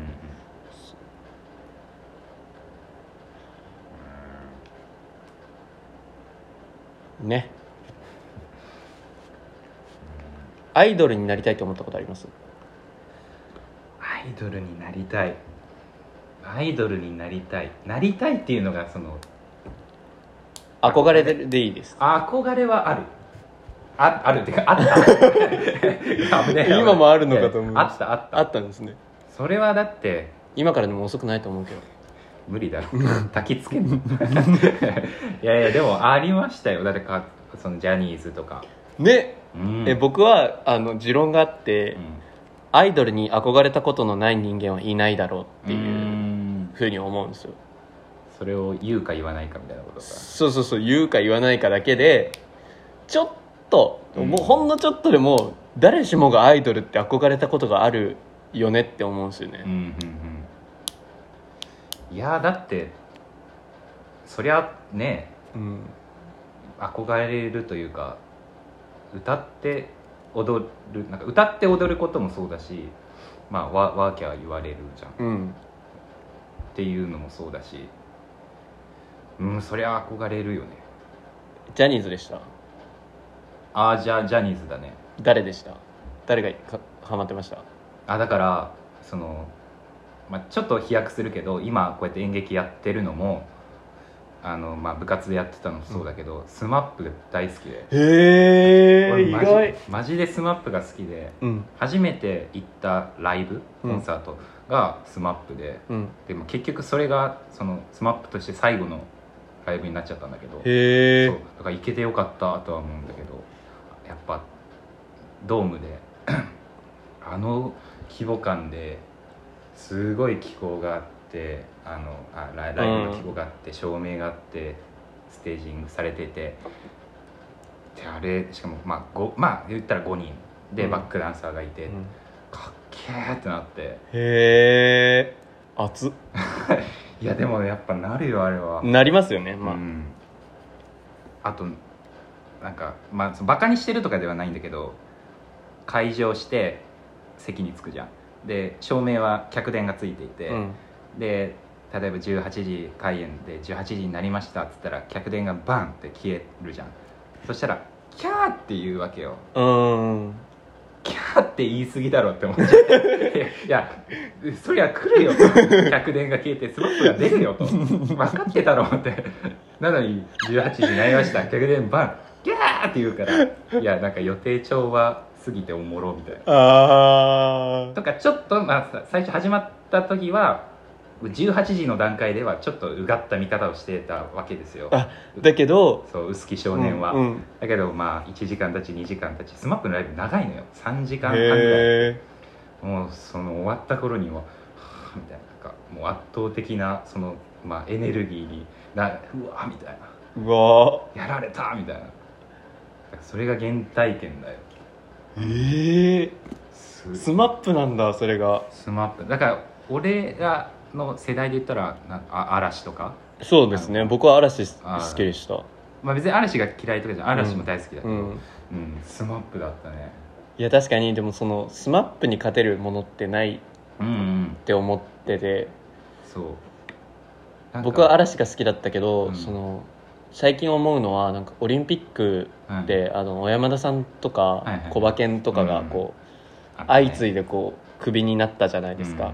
[SPEAKER 1] ねアイドルになりたいと思ったことあります
[SPEAKER 2] アイドルになりたいアイドルになりたいなりたいっていうのがその
[SPEAKER 1] 憧れででいいです
[SPEAKER 2] 憧れはあるああるってかあった 危ねえ危ねえ
[SPEAKER 1] 今もあるのかと思う
[SPEAKER 2] あったあった
[SPEAKER 1] あったんですね
[SPEAKER 2] それはだって
[SPEAKER 1] 今からでも遅くないと思うけど
[SPEAKER 2] 無理だろ焚きつけんのいやいやでもありましたよだってかそのジャニーズとか、
[SPEAKER 1] ね
[SPEAKER 2] うん
[SPEAKER 1] え僕はあの持論があって、
[SPEAKER 2] うん
[SPEAKER 1] アイドルに憧れたことのない人間はいないだろうって
[SPEAKER 2] う
[SPEAKER 1] いうんふうに思うんですよ
[SPEAKER 2] それを言うか言わないかみたいなことか
[SPEAKER 1] そうそうそう言うか言わないかだけでちょっと、
[SPEAKER 2] うん
[SPEAKER 1] もうほんのちょっとでも誰しもがアイドルって憧れたことがあるよねって思うんですよ
[SPEAKER 2] うん
[SPEAKER 1] ね、
[SPEAKER 2] うんうんいやだってそりゃね
[SPEAKER 1] うん、
[SPEAKER 2] 憧れるというか歌って踊るなんか歌って踊ることもそうだしまあワワーキャー言われるじゃん
[SPEAKER 1] うん、
[SPEAKER 2] っていうのもそうだしうんそりゃ憧れるよね
[SPEAKER 1] ジャニーズでした
[SPEAKER 2] ああじゃあジャニーズだね
[SPEAKER 1] 誰でした誰がかハマってました
[SPEAKER 2] あだからその、まあ、ちょっと飛躍するけど今こうやって演劇やってるのもあの、まあ、部活でやってたのもそうだけど、スマップ大好きで
[SPEAKER 1] へ
[SPEAKER 2] 俺マジマジでスマップが好きで
[SPEAKER 1] うん
[SPEAKER 2] 初めて行ったライブ
[SPEAKER 1] う
[SPEAKER 2] コ
[SPEAKER 1] ん
[SPEAKER 2] ンサートがスマップで、
[SPEAKER 1] うん
[SPEAKER 2] でも結局それがそのスマップとして最後のライブになっちゃったんだけど
[SPEAKER 1] へ
[SPEAKER 2] そう
[SPEAKER 1] え
[SPEAKER 2] だから行けてよかったとは思うんだけどやっぱドームで あの規模感ですごい気候があってあのあライライブの規模があって、照明があってステージングされててであれしかもまあごまあ言ったら5人で
[SPEAKER 1] うん
[SPEAKER 2] バックダンサーがいて、かっけーってなって
[SPEAKER 1] へえ熱っ
[SPEAKER 2] いやでもやっぱなるよあれは、
[SPEAKER 1] なりますよねまあ、
[SPEAKER 2] うんあとなんかまあそのバカにしてるとかではないんだけど開場して席に着くじゃんで照明は客電がついていて、
[SPEAKER 1] うん
[SPEAKER 2] で例えば18時開演で18時になりましたっつったら客電がバンって消えるじゃんそしたら「キャー!」って言うわけよ
[SPEAKER 1] うーん
[SPEAKER 2] 「キャー!」って言い過ぎだろって 思っちゃういやそりゃ来るよと客電が消えてスマップが出るよと分かってたろってなのに18時になりました客電バン「キャー!」って言うからいやなんか予定調和すぎておもろみたいな
[SPEAKER 1] ああ
[SPEAKER 2] とかちょっと、まあさ、最初始まった時は18時の段階ではちょっとうがった見方をしてたわけですよ
[SPEAKER 1] あだけど
[SPEAKER 2] そう薄木少年は、
[SPEAKER 1] うんうん
[SPEAKER 2] だけどまあ1時間たち2時間たちスマップのライブ長いのよ3時間半ぐらい
[SPEAKER 1] へえ
[SPEAKER 2] もうその終わった頃にははぁみたいななんかもう圧倒的なその、まあ、エネルギーになうわみたいな
[SPEAKER 1] うわー
[SPEAKER 2] やられたみたいなだからそれが原体験だよ
[SPEAKER 1] ええ
[SPEAKER 2] す
[SPEAKER 1] スマップなんだそれが
[SPEAKER 2] スマップだから俺らの世代で言ったらなんあ嵐とか、
[SPEAKER 1] そうですね僕は嵐す
[SPEAKER 2] あー
[SPEAKER 1] 好きでした
[SPEAKER 2] まあ、別に嵐が嫌いとかじゃん嵐も大好きだけど、
[SPEAKER 1] う
[SPEAKER 2] うん
[SPEAKER 1] ん
[SPEAKER 2] スマップだったね
[SPEAKER 1] いや確かにでもそのスマップに勝てるものってない
[SPEAKER 2] うんうん
[SPEAKER 1] って思ってて
[SPEAKER 2] そうなんか
[SPEAKER 1] 僕は嵐が好きだったけど、
[SPEAKER 2] うん
[SPEAKER 1] その最近思うのはなんかオリンピック
[SPEAKER 2] うん
[SPEAKER 1] で、あの小山田さんと
[SPEAKER 2] いはい
[SPEAKER 1] か小馬健とかがこう、相次いでこうクビになったじゃないですか、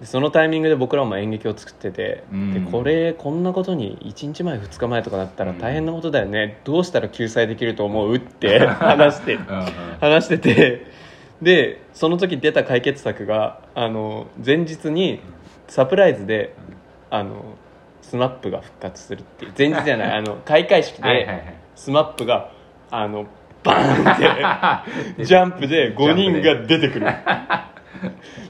[SPEAKER 1] でそのタイミングで僕らも演劇を作ってて、
[SPEAKER 2] うん
[SPEAKER 1] でこれこんなことに1日前2日前とかなったら大変なことだよね、どうしたら救済できると思うって話 して
[SPEAKER 2] うんうん
[SPEAKER 1] 話しててでその時出た解決策があの前日にサプライズであのスマップが復活するっていう前日じゃないあの開会式
[SPEAKER 2] はいは
[SPEAKER 1] でスマップがあのバ
[SPEAKER 2] い
[SPEAKER 1] ーンっ
[SPEAKER 2] はい
[SPEAKER 1] てジャンプで5人が出てくる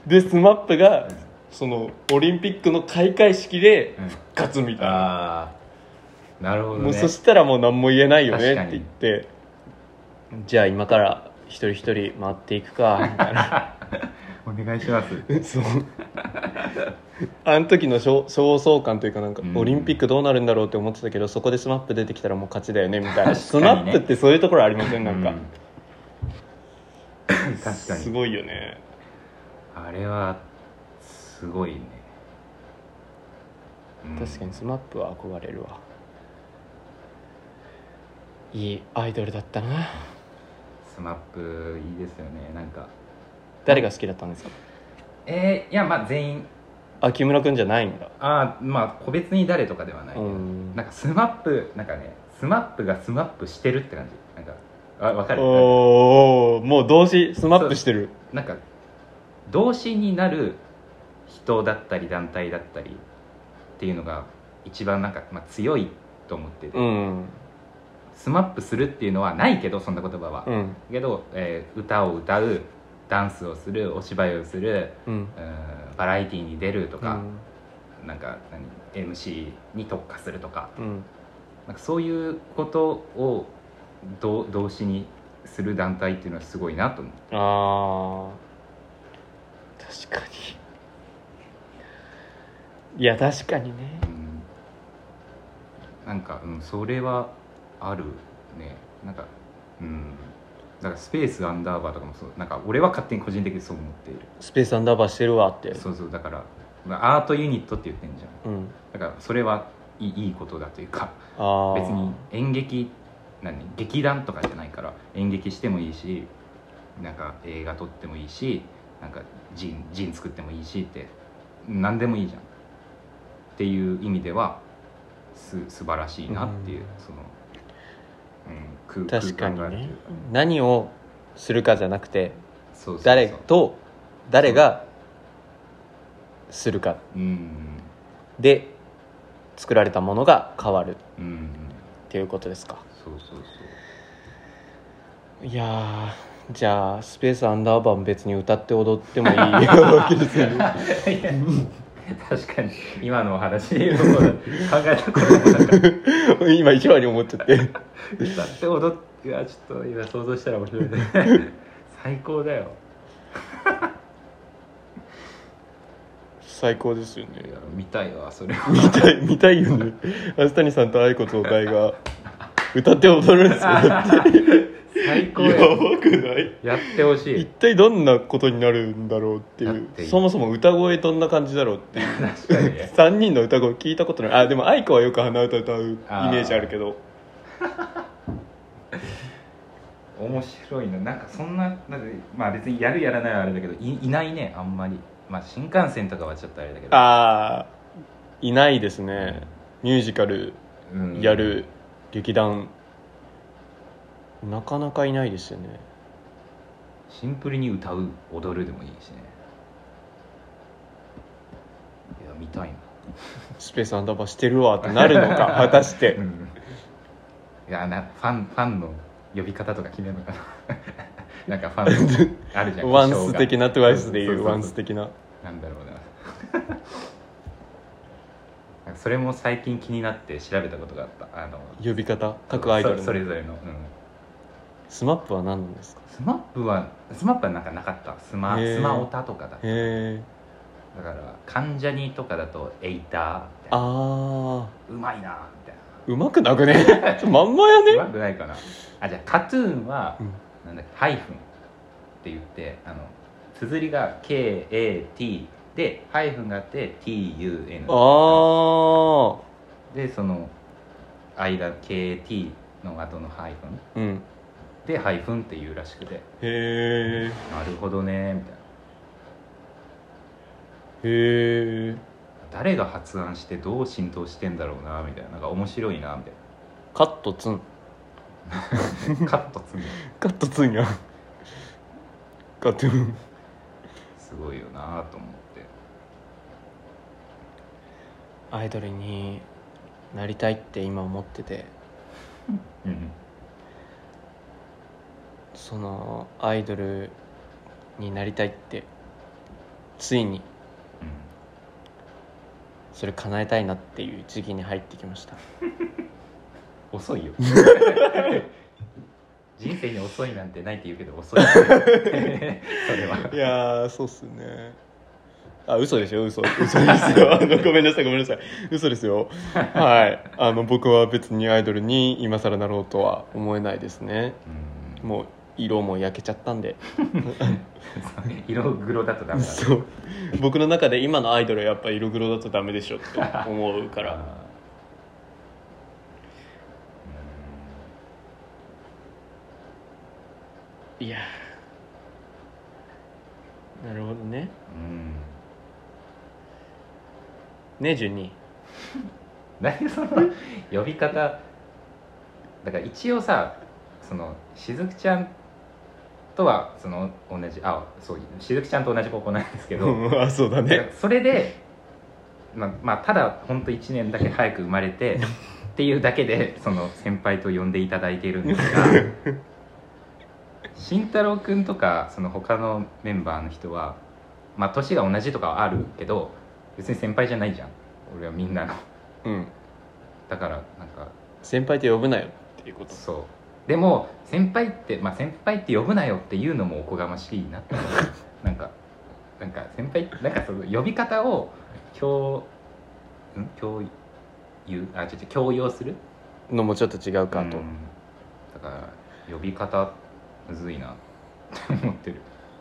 [SPEAKER 1] でスマップがそのオリンピックの開会式で
[SPEAKER 2] うん
[SPEAKER 1] 復活みたいな、
[SPEAKER 2] ああなるほどね
[SPEAKER 1] もうそしたらもう何も言えないよねって
[SPEAKER 2] 確か
[SPEAKER 1] 言
[SPEAKER 2] に
[SPEAKER 1] ってじゃあ今から一人一人回っていくかみ たいな
[SPEAKER 2] お願いします
[SPEAKER 1] そうあの時の焦焦燥感というかなんか
[SPEAKER 2] うん
[SPEAKER 1] オリンピックどうなるんだろうって思ってたけど、そこで SMAP 出てきたらもう勝ちだよねみたいな、
[SPEAKER 2] 確
[SPEAKER 1] ス
[SPEAKER 2] か
[SPEAKER 1] マ
[SPEAKER 2] にね
[SPEAKER 1] ップってそういうところありませんなんか、
[SPEAKER 2] う確か
[SPEAKER 1] す
[SPEAKER 2] に
[SPEAKER 1] ごいよね
[SPEAKER 2] あれはすごいね、うん
[SPEAKER 1] 確かに SMAP は憧れるわいいアイドルだったな
[SPEAKER 2] スマップいいですよねなんか
[SPEAKER 1] 誰が好きだったんですか
[SPEAKER 2] えーいやまあ全員
[SPEAKER 1] あ木村君じゃないんだ
[SPEAKER 2] ああまあ個別に誰とかではないけど、
[SPEAKER 1] うん
[SPEAKER 2] なんかスマップなんかねスマップがスマップしてるって感じなんかあわかる
[SPEAKER 1] おおもう動詞 SMAP してる
[SPEAKER 2] なんか動詞になる人だったり団体だったりっていうのが一番なんか、まあ、強いと思ってて、
[SPEAKER 1] うん
[SPEAKER 2] スマップするっていうのはないけどそんな言葉は、
[SPEAKER 1] うん
[SPEAKER 2] けど、えー歌を歌うダンスをするお芝居をする
[SPEAKER 1] うん
[SPEAKER 2] うんバラエティーに出ると
[SPEAKER 1] う
[SPEAKER 2] か、
[SPEAKER 1] ん
[SPEAKER 2] なんか何 MC に特化するとか
[SPEAKER 1] うん
[SPEAKER 2] なんかそういうことを動動詞にする団体っていうのはすごいなと思う
[SPEAKER 1] あー確かにいや確かにね
[SPEAKER 2] うんなんか、うん、それはあるねなんかうんだからスペースアンダーバーとかもそうなんか俺は勝手に個人的にそう思っている
[SPEAKER 1] スペースアンダーバーしてるわって
[SPEAKER 2] そうそうだからまあアートユニットって言ってんじゃん
[SPEAKER 1] うん
[SPEAKER 2] だからそれはいいいいことだというか
[SPEAKER 1] あー
[SPEAKER 2] 別に演劇何劇団とかじゃないから演劇してもいいしなんか映画撮ってもいいしなんかジンジン作ってもいいしって何でもいいじゃんっていう意味ではす素晴らしいなっていう、
[SPEAKER 1] うん
[SPEAKER 2] その、うん、空
[SPEAKER 1] 確かに
[SPEAKER 2] 空間がある
[SPEAKER 1] ね
[SPEAKER 2] というか
[SPEAKER 1] 何をするかじゃなくて
[SPEAKER 2] そうそうそう
[SPEAKER 1] 誰と誰がするか
[SPEAKER 2] うん
[SPEAKER 1] で作られたものが変わるっ
[SPEAKER 2] うんうん
[SPEAKER 1] ていうことですか
[SPEAKER 2] そうそうそう
[SPEAKER 1] いやーじゃあスペースアンダーバーも別に歌って踊ってもいいわけですよね
[SPEAKER 2] いや 確かに今のお話で言うところ考えたこともなかった
[SPEAKER 1] 今一番に思っちゃって
[SPEAKER 2] だって踊ってあちょっと今想像したら面白いね 最高だよ
[SPEAKER 1] 最高ですよね
[SPEAKER 2] 見たいわそれは
[SPEAKER 1] 見たい見たいよね安谷さんと愛子とお題が歌って踊るんですよ
[SPEAKER 2] 最高
[SPEAKER 1] や
[SPEAKER 2] や
[SPEAKER 1] ばくない
[SPEAKER 2] やってほし
[SPEAKER 1] 一
[SPEAKER 2] い
[SPEAKER 1] 体どんなことになるんだろうってい
[SPEAKER 2] だっ
[SPEAKER 1] う
[SPEAKER 2] て
[SPEAKER 1] そもそも歌声どんな感じだろうっていう
[SPEAKER 2] 確か にね
[SPEAKER 1] 3人の歌声聞いたことないあでも愛子はよく鼻歌歌うイメージあるけど
[SPEAKER 2] 面白いななんかそんなだってまあ別にやるやらないはあれだけどいいないねあんまりまあ新幹線とかはちょっとあれだけど
[SPEAKER 1] ああいないですねミュージカル
[SPEAKER 2] うん
[SPEAKER 1] やる劇団、なかなかいないですよね
[SPEAKER 2] シンプルに歌う踊るでもいいしねいや見たいな
[SPEAKER 1] スペースアンダーバーしてるわってなるの か果たして
[SPEAKER 2] うんいやなファンファンの呼び方とか決めるのか ななん かファンあるじゃん
[SPEAKER 1] ワンス的なトゥワイスで
[SPEAKER 2] そ
[SPEAKER 1] いう
[SPEAKER 2] そううそう
[SPEAKER 1] ワンス的な
[SPEAKER 2] なんだろうななんかそれも最近気になって調べたことがあったあの
[SPEAKER 1] 呼び方各アイドルの
[SPEAKER 2] そそれぞれの、うん、
[SPEAKER 1] スマップは何なんですか
[SPEAKER 2] スマップはスマップはなんかなかったスマ
[SPEAKER 1] へー
[SPEAKER 2] スマオタとかだ
[SPEAKER 1] へえ
[SPEAKER 2] だから関ジャニとかだとエイターみたいな
[SPEAKER 1] あ
[SPEAKER 2] うまいなみたいな
[SPEAKER 1] ーうまくなくね ちょまんまや
[SPEAKER 2] う
[SPEAKER 1] ね
[SPEAKER 2] まくないかなあじゃあカトゥーンは、
[SPEAKER 1] うん
[SPEAKER 2] なんだっけハイフンって言ってあの綴りが KAT でハイフンがあって TUN
[SPEAKER 1] ああ
[SPEAKER 2] でその間 KT の後のハイフン
[SPEAKER 1] うん
[SPEAKER 2] でハイフンっていうらしくて
[SPEAKER 1] へ
[SPEAKER 2] なるほどねみたいな
[SPEAKER 1] えへえ
[SPEAKER 2] 誰が発案してどう浸透してんだろうなみたいななんか面白いなみたい
[SPEAKER 1] カットツン
[SPEAKER 2] なカットつむ
[SPEAKER 1] カットツンやカットゥン
[SPEAKER 2] すごいよなと思って
[SPEAKER 1] アイドルになりたいって今思ってて
[SPEAKER 2] うん
[SPEAKER 1] そのアイドルになりたいってついにそれ叶えたいなっていう時期に入ってきました
[SPEAKER 2] うん遅いよ人生に遅いなんてないって言うけど遅いそれはい
[SPEAKER 1] やーそうっすねあ嘘でしょ 嘘嘘ですよあのごめんなさいごめんなさい嘘ですよはいあの僕は別にアイドルに今更なろうとは思えないですね
[SPEAKER 2] うん
[SPEAKER 1] もう色も焼けちゃったんで
[SPEAKER 2] 色黒だとダメだ
[SPEAKER 1] そう僕の中で今のアイドルはやっぱ色黒だとダメでしょって思うか ら
[SPEAKER 2] あ
[SPEAKER 1] いやーなるほどね
[SPEAKER 2] ーうん
[SPEAKER 1] ねジュニ
[SPEAKER 2] 何その呼び方だから一応さそのしずくちゃんとはその同じあそうしずくちゃんと同じ高校なんですけど、
[SPEAKER 1] うん あそうだ
[SPEAKER 2] だからそれで、まあ、まあただほんと1年だけ早く生まれてっていうだけでその先輩と呼んでいただいているんですが慎太郎くんとかその他のメンバーの人はまあ年が同じとかはあるけど別に先輩じゃないじゃん俺はみんなの
[SPEAKER 1] うん
[SPEAKER 2] だからなんか
[SPEAKER 1] 先輩と呼ぶなよっていうこと
[SPEAKER 2] そうでも先輩って、まあ、先輩って呼ぶなよっていうのもおこがましいなっ て思うなんかなんか先輩なんかその呼び方を共ん共有あ違う違う強要する
[SPEAKER 1] のもちょっと違うかと、
[SPEAKER 2] うんだから呼び方むずいなって思ってる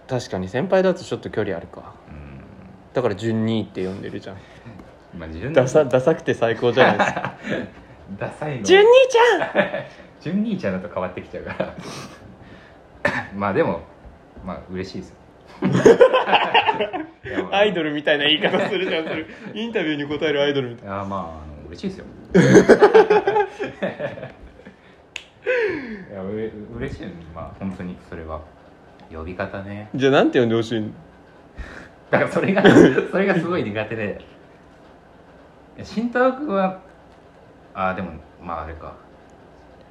[SPEAKER 1] 確かに先輩だとちょっと距離あるか
[SPEAKER 2] うん
[SPEAKER 1] だから順にって呼んでるじゃん
[SPEAKER 2] まあ自分の
[SPEAKER 1] ダサダサくて最高じゃないですか
[SPEAKER 2] ダサいの
[SPEAKER 1] 順にちゃん
[SPEAKER 2] 純兄ちゃんだと変わってきちゃうから まあでもまあ嬉し いですよいやまあ
[SPEAKER 1] アイドルみたいな言い方するじゃんそれインタビューに答えるアイドルみたい
[SPEAKER 2] あーまああの嬉しいですよいやうれ嬉しいよねまあ本当にそれは呼び方ね
[SPEAKER 1] じゃあなんて呼んでほしい
[SPEAKER 2] だから それがそれがすごい苦手でいや慎太郎君はああでもまああれか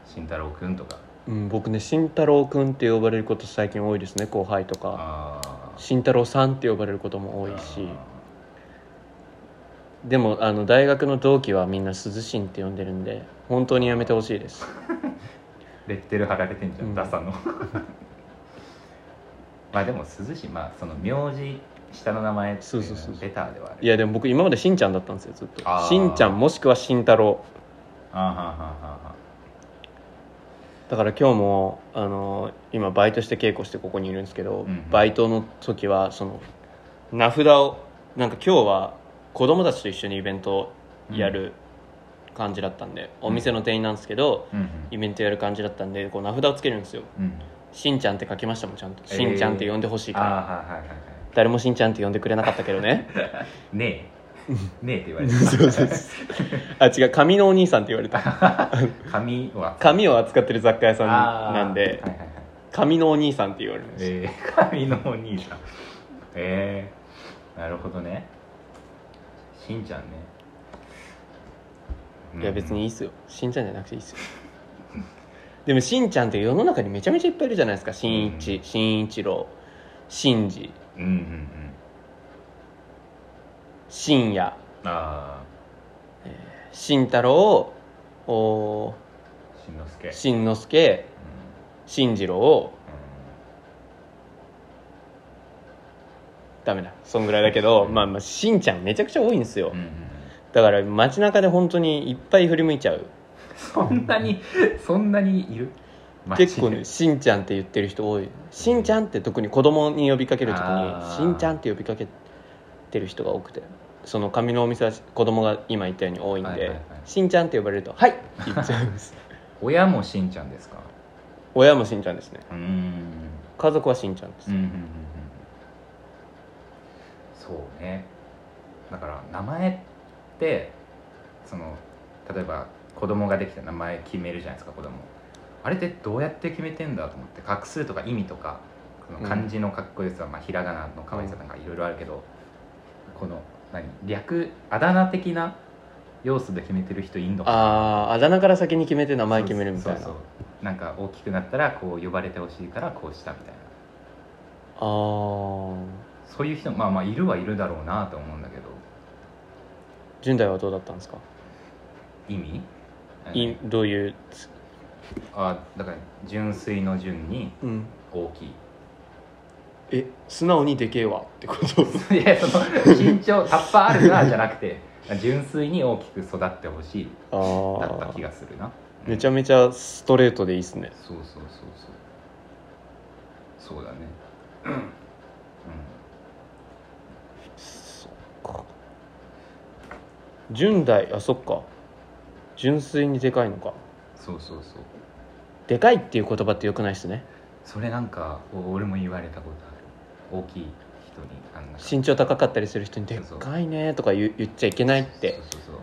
[SPEAKER 2] 慎太郎君とか
[SPEAKER 1] うん僕ね慎太郎くんって呼ばれること最近多いですね後輩とか
[SPEAKER 2] ああ
[SPEAKER 1] 慎太郎さんって呼ばれることも多いし
[SPEAKER 2] あ
[SPEAKER 1] でもあの大学の同期はみんな涼しんって呼んでるんで本当にやめてほしいです
[SPEAKER 2] ーレッテル貼られてんじゃん、
[SPEAKER 1] うん
[SPEAKER 2] ダサの まあでも涼しいまあその名字下の名前って
[SPEAKER 1] そう
[SPEAKER 2] い
[SPEAKER 1] そううそう
[SPEAKER 2] のはベターではある
[SPEAKER 1] いやでも僕今までしんちゃんだったんですよずっと
[SPEAKER 2] あー
[SPEAKER 1] しんちゃんもしくは慎太郎
[SPEAKER 2] あはははは
[SPEAKER 1] だから今日もあの今バイトして稽古してここにいるんですけど、
[SPEAKER 2] うん
[SPEAKER 1] バイトの時はその名札をなんか今日は子供たちと一緒にイベントやる感じだったんで、お店の店員なんですけど、
[SPEAKER 2] うん
[SPEAKER 1] イベントやる感じだったんでこう名札をつけるんですよ
[SPEAKER 2] うん
[SPEAKER 1] 「しんちゃん」って書きましたもんちゃんと「
[SPEAKER 2] えー
[SPEAKER 1] しんちゃん」って呼んでほしい
[SPEAKER 2] あ
[SPEAKER 1] か
[SPEAKER 2] あ
[SPEAKER 1] ら、
[SPEAKER 2] はいはいはいはい
[SPEAKER 1] 誰も「しんちゃん」って呼んでくれなかったけど ね
[SPEAKER 2] ね えねえって言われて
[SPEAKER 1] そうそう あ違う紙のお兄さんって言われた
[SPEAKER 2] 紙は
[SPEAKER 1] 紙を扱ってる雑貨屋さん
[SPEAKER 2] あー
[SPEAKER 1] なんで
[SPEAKER 2] はいはいはい
[SPEAKER 1] 紙のお兄さんって言われました、
[SPEAKER 2] えー、神のお兄さんえー、なるほどねしんちゃんねうん
[SPEAKER 1] いや別にいいっすよしんちゃんじゃなくていいっすよでもしんちゃんって世の中にめちゃめちゃいっぱいいるじゃないですかしんいちしんいちろうしんじ
[SPEAKER 2] うんうんうん
[SPEAKER 1] しんや
[SPEAKER 2] あ
[SPEAKER 1] しんたろうお
[SPEAKER 2] あしんのすけ
[SPEAKER 1] ーしんのすけしんじろうダメだそんぐらいだけどまあまあしんちゃんめちゃくちゃ多いんですよ
[SPEAKER 2] うんうんうんうん
[SPEAKER 1] だから街中で本当にいっぱい振り向いちゃう
[SPEAKER 2] そんなにそんなにいる
[SPEAKER 1] 結構
[SPEAKER 2] マジ
[SPEAKER 1] ね
[SPEAKER 2] で
[SPEAKER 1] しんちゃんって言ってる人多いしんちゃんって特に子供に呼びかける時に
[SPEAKER 2] あー
[SPEAKER 1] しんちゃんって呼びかけてる人が多くてその紙のお店は子供が今言ったように多いんで、
[SPEAKER 2] はいはいはい
[SPEAKER 1] しんちゃんって呼ばれると「はい!」って言っちゃうんです
[SPEAKER 2] 親もしんちゃんですか
[SPEAKER 1] 親もしんちゃんですね
[SPEAKER 2] うーん
[SPEAKER 1] 家族はしんちゃんです、
[SPEAKER 2] うんうんうんうんそうねだから名前ってその例えば子供ができた名前決めるじゃないですか子供あれってどうやって決めてんだと思って画数とか意味とかその漢字のかっこよさ、まあ、ひらがなの可愛さなんかいろいろあるけど、この何略あだ名的な要素で決めてる人いんのかな
[SPEAKER 1] あああだ名から先に決めて名前決めるみたいな
[SPEAKER 2] そうそうそうなんか大きくなったらこう呼ばれてほしいからこうしたみたいな
[SPEAKER 1] ああ
[SPEAKER 2] そういう人もまあまあいるはいるだろうなと思うんだけど
[SPEAKER 1] 純代はどうだったんですか、
[SPEAKER 2] 意味
[SPEAKER 1] いどういう、
[SPEAKER 2] あだから純粋の純に大きい
[SPEAKER 1] え素直にでけえわってこと
[SPEAKER 2] いやその身長タッパーあるなじゃなくて純粋に大きく育ってほしいだった
[SPEAKER 1] ああ
[SPEAKER 2] 気がするな
[SPEAKER 1] めちゃめちゃストレートでいいっすね
[SPEAKER 2] そうそうそうそうそうだね
[SPEAKER 1] そっか純代あそっか純粋にでかいのか
[SPEAKER 2] うんそうそうそう
[SPEAKER 1] でかいっていう言葉ってよくないっすね
[SPEAKER 2] それなんかお俺も言われたことある大きい人にあんな
[SPEAKER 1] 身長高かったりする人に「でっかいね」とか言う言っちゃいけないって
[SPEAKER 2] そうそうそ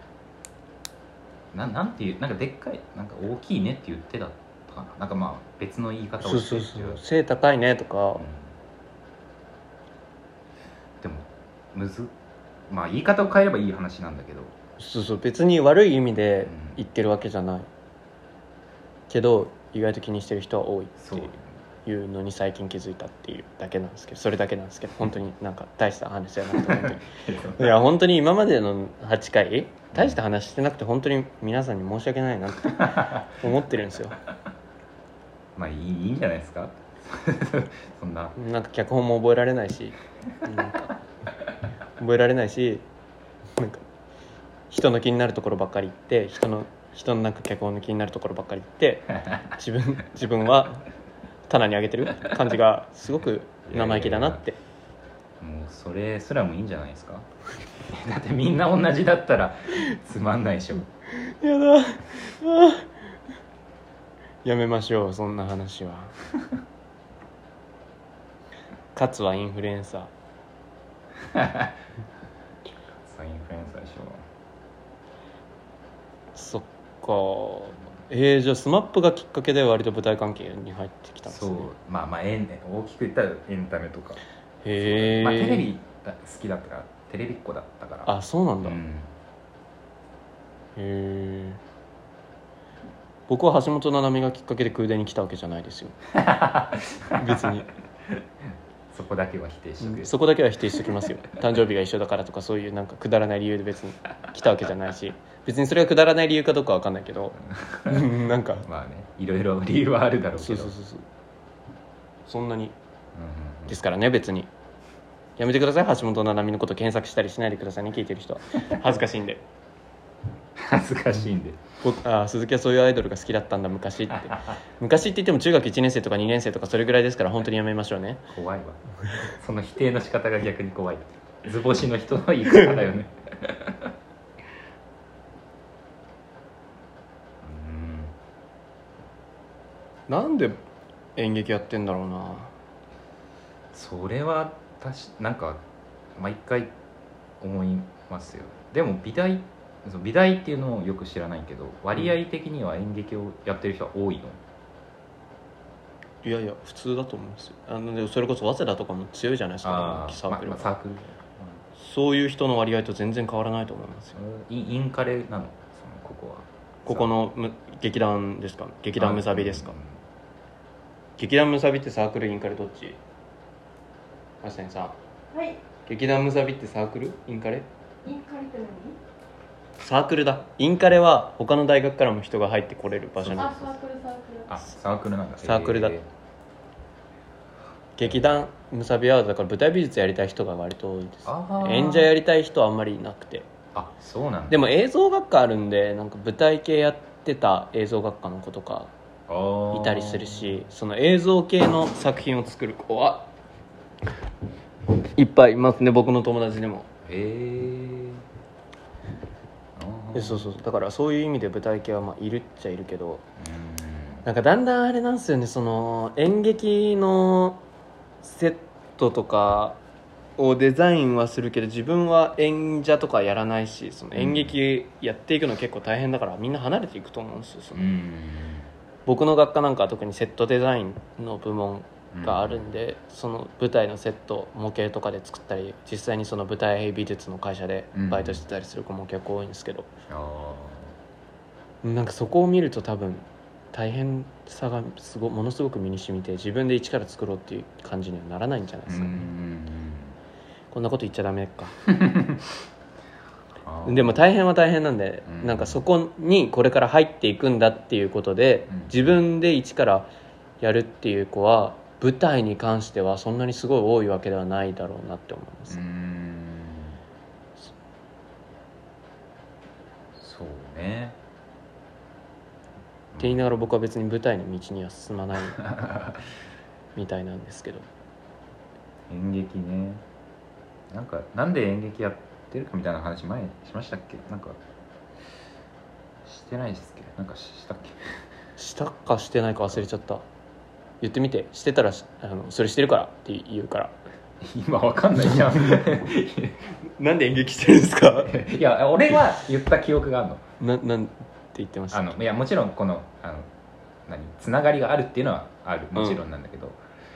[SPEAKER 2] うななんていうなんかでっかいなんか大きいねって言ってたかななんかまあ別の言い方
[SPEAKER 1] そ
[SPEAKER 2] を
[SPEAKER 1] う
[SPEAKER 2] して
[SPEAKER 1] そう
[SPEAKER 2] って
[SPEAKER 1] そ
[SPEAKER 2] いう
[SPEAKER 1] う背高いねとか
[SPEAKER 2] うんでもむずまあ言い方を変えればいい話なんだけど
[SPEAKER 1] そうそう別に悪い意味
[SPEAKER 2] う
[SPEAKER 1] で
[SPEAKER 2] ん
[SPEAKER 1] 言ってるわけじゃないけど意外と気にしてる人は多いっ
[SPEAKER 2] そう
[SPEAKER 1] ていうのに最近気づいたっていうだけなんですけどそれだけなんですけど本当になんか大した話じゃなくて本当にいや本当に今までの8回大した話してなくて本当に皆さんに申し訳ないなって思ってるんですよ
[SPEAKER 2] まあいいいいんじゃないですか そんな
[SPEAKER 1] なんか脚本も覚えられないしなんか覚えられないしなんか人の気になるところばっかり言って人の人のなんか脚本の気になるところばっかり言って自分自分は棚に上げてる感じがすごく生意気だなって
[SPEAKER 2] もうそれすらもいいんじゃないですか だってみんな同じだったらつまんないでしょ
[SPEAKER 1] やだあーやめましょうそんな話 はかつはインフルエンサー
[SPEAKER 2] インフルエンサーでしょ
[SPEAKER 1] そっかえー、じゃあスマップがきっかけで割と舞台関係に入ってきたんです
[SPEAKER 2] そう
[SPEAKER 1] ね
[SPEAKER 2] まあまあエン大きく言ったらエンタメとか、
[SPEAKER 1] へえ、
[SPEAKER 2] まあ、テレビが好きだったからテレビっ子だったから
[SPEAKER 1] あそうなん
[SPEAKER 2] う
[SPEAKER 1] だ、へ
[SPEAKER 2] ん
[SPEAKER 1] え僕は橋本七海がきっかけで空手に来たわけじゃない ですよ別に
[SPEAKER 2] そこだけは否定してくれる
[SPEAKER 1] そこだけは否定してき ますよ誕生日が一緒だからとかそういうなんかくだらない理由で別に来たわけじゃないし別にそれがくだらない理由かどうかは分かんないけどうん なんか
[SPEAKER 2] まあねいろいろ理由はあるだろう
[SPEAKER 1] そ
[SPEAKER 2] け
[SPEAKER 1] う
[SPEAKER 2] ど
[SPEAKER 1] そうそうそうそんなに
[SPEAKER 2] うんうんうん
[SPEAKER 1] ですからね別にやめてください橋本七海のこと検索したりしないでくださいね聞いてる人は恥ずかしいんで
[SPEAKER 2] 恥ずかしいんで
[SPEAKER 1] 僕あ鈴木はそういうアイドルが好きだったんだ昔って昔って言っても中学1年生とか2年生とかそれぐらいですから本当にやめましょうね
[SPEAKER 2] 怖いわその否定の仕方が逆に怖い図星の人の言い方だ よねうん
[SPEAKER 1] なんで演劇やってんだろうな
[SPEAKER 2] それはたしなんか毎回思いますよでも美大そう美大っていうのをよく知らないけど割合的には演劇をやってる人は多いの、
[SPEAKER 1] いやいや普通だと思いますよあのでもそれこそ早稲田とかも強いじゃないですか演
[SPEAKER 2] あ
[SPEAKER 1] 劇
[SPEAKER 2] ー
[SPEAKER 1] サークル
[SPEAKER 2] ま
[SPEAKER 1] は
[SPEAKER 2] まあサークル、
[SPEAKER 1] そういう人の割合と全然変わらないと思いますよ
[SPEAKER 2] うん、インインカレなのそのここは
[SPEAKER 1] ここのむ劇団ですか劇団むさびですか
[SPEAKER 2] うん
[SPEAKER 1] 劇団むさびってサークルインカレどっちハセンさん
[SPEAKER 3] はい、
[SPEAKER 1] 劇団むさびってサークルインカレ
[SPEAKER 3] インカレって
[SPEAKER 1] サークルだインカレは他の大学からも人が入ってこれる場所
[SPEAKER 3] 何？
[SPEAKER 1] な
[SPEAKER 3] あ
[SPEAKER 1] ん、です
[SPEAKER 3] サークルサークル。
[SPEAKER 2] あサークルなんだ
[SPEAKER 1] サークルだ
[SPEAKER 2] へー
[SPEAKER 1] 劇団むさびはだから舞台美術やりたい人が割と多いです
[SPEAKER 2] あー
[SPEAKER 1] 演者やりたい人はあんまりいなくて
[SPEAKER 2] あそうなんだ
[SPEAKER 1] でも映像学科あるんでなんか舞台系やってた映像学科の子とか
[SPEAKER 2] も
[SPEAKER 1] いたりするしその映像系の作品を作る子はいっぱいいますね僕の友達でも
[SPEAKER 2] へえ
[SPEAKER 1] でそううそうだからそういう意味で舞台系はまあいるっちゃいるけど
[SPEAKER 2] ん
[SPEAKER 1] なんかだんだんあれなんですよねその演劇のセットとかをデザインはするけど自分は演者とかやらないしその演劇やっていくの結構大変だからみんな離れていくと思うんですよその
[SPEAKER 2] うん
[SPEAKER 1] 僕の学科なんかは特にセットデザインの部門があるんで、その舞台のセット模型とかで作ったり実際にその舞台美術の会社でバイトしてたりする子も結構多いんですけど、
[SPEAKER 2] あ
[SPEAKER 1] なんかそこを見ると多分大変さがすごものすごく身に染みて自分で一から作ろうっていう感じにはならないんじゃない
[SPEAKER 2] ー
[SPEAKER 1] で
[SPEAKER 2] う
[SPEAKER 1] す
[SPEAKER 2] んう
[SPEAKER 1] か
[SPEAKER 2] ん
[SPEAKER 1] ね、こんなこと言っちゃダメか
[SPEAKER 2] うん
[SPEAKER 1] でも大変は大変なんで、
[SPEAKER 2] うん
[SPEAKER 1] なんかそこにこれから入っていくんだっていうことで、
[SPEAKER 2] うん
[SPEAKER 1] 自分で一からやるっていう子は舞台に関してはそんなにすごい多いわけではないだろうなって思います、
[SPEAKER 2] うんそうね
[SPEAKER 1] って言いながら僕は別に舞台の道には進 まないみたいなんですけど
[SPEAKER 2] 演劇ねなんかなんで演劇やってるかみたいな話前にしましたっけなんかしてないですっけなんかししたっけ
[SPEAKER 1] したかしてないか忘れちゃった言ってみてしてたらしあのそれしてるからって言うから
[SPEAKER 2] 今わかんないじ ゃん
[SPEAKER 1] なんで演劇してるんですか
[SPEAKER 2] いや俺は言った記憶があるの
[SPEAKER 1] ななんて言ってました
[SPEAKER 2] あのいやもちろんこのあの何つながりがあるっていうのはあるもちろんなんだけど、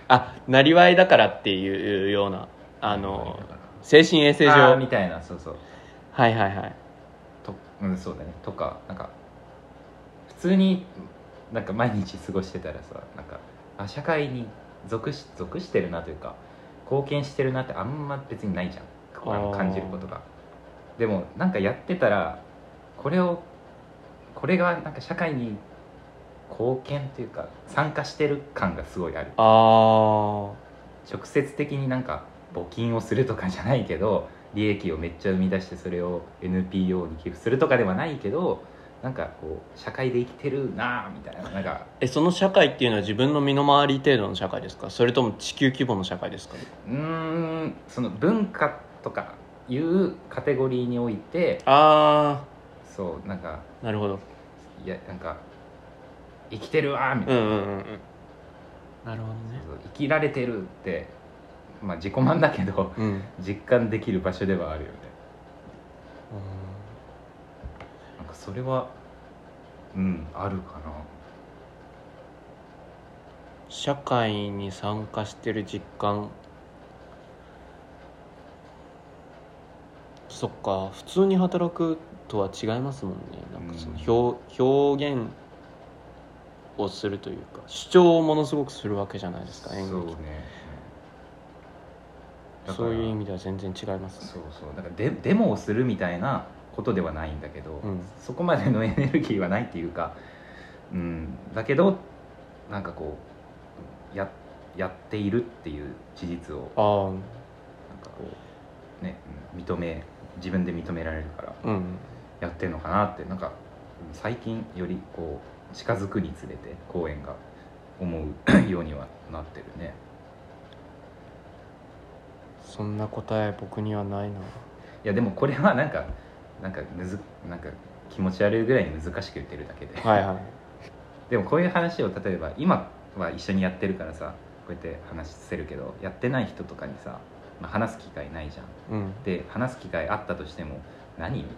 [SPEAKER 1] あなりわいだからっていうようなあの精神衛生
[SPEAKER 2] あー
[SPEAKER 1] 上
[SPEAKER 2] みたいなそうそう
[SPEAKER 1] はいはいはい
[SPEAKER 2] と、うん、そうだねとかなんか普通になんか毎日過ごしてたらさなんかあ社会に属し属してるなというか貢献してるなってあんま別にないじゃんあの
[SPEAKER 1] あー
[SPEAKER 2] 感じることがでもなんかやってたらこれをこれがなんか社会に貢献というか参加してる感がすごいある
[SPEAKER 1] あー
[SPEAKER 2] 直接的になんか募金をするとかじゃないけど利益をめっちゃ生み出してそれを NPO に寄付するとかではないけどなんかこう社会で生きてるなあみたいななんか
[SPEAKER 1] えその社会っていうのは自分の身の回り程度の社会ですかそれとも地球規模の社会ですか
[SPEAKER 2] うーんその文化とかいうカテゴリーにおいて
[SPEAKER 1] あ
[SPEAKER 2] そうなんか
[SPEAKER 1] あなるほど
[SPEAKER 2] いやなんか生きてるわーみた
[SPEAKER 1] う
[SPEAKER 2] い
[SPEAKER 1] ん
[SPEAKER 2] な、
[SPEAKER 1] うんうんうんなるほどね
[SPEAKER 2] そう生きられてるってまあ自己満だけど
[SPEAKER 1] うん
[SPEAKER 2] 実感できる場所ではあるよねなんかそれはうんあるかな
[SPEAKER 1] 社会に参加してる実感そっか普通に働くとは違いますもんねなんかその表,、表現をするというか主張をものすごくするわけじゃないですか演劇
[SPEAKER 2] そうね
[SPEAKER 1] そういう意味では全然違いますね
[SPEAKER 2] そうそうだからデデモをするみたいなことではないんだけど、
[SPEAKER 1] うん
[SPEAKER 2] そこまでのエネルギーはないっていうかうんだけどなんかこうややっているっていう事実を
[SPEAKER 1] あ
[SPEAKER 2] なんかこうねうん認め自分で認められるから
[SPEAKER 1] あうん
[SPEAKER 2] やってんのかなってなんか最近よりこう近づくにつれて公演が思うようにはなってるね
[SPEAKER 1] そんな答え僕にはないない
[SPEAKER 2] やでもこれはなんか なんかむずなんか気持ち悪いぐらいに難しく言ってるだけで、
[SPEAKER 1] はいはい
[SPEAKER 2] でもこういう話を例えば今は一緒にやってるからさこうやって話せるけどやってない人とかにさ、まあ、話す機会ないじゃん
[SPEAKER 1] うん
[SPEAKER 2] で話す機会あったとしても何みたい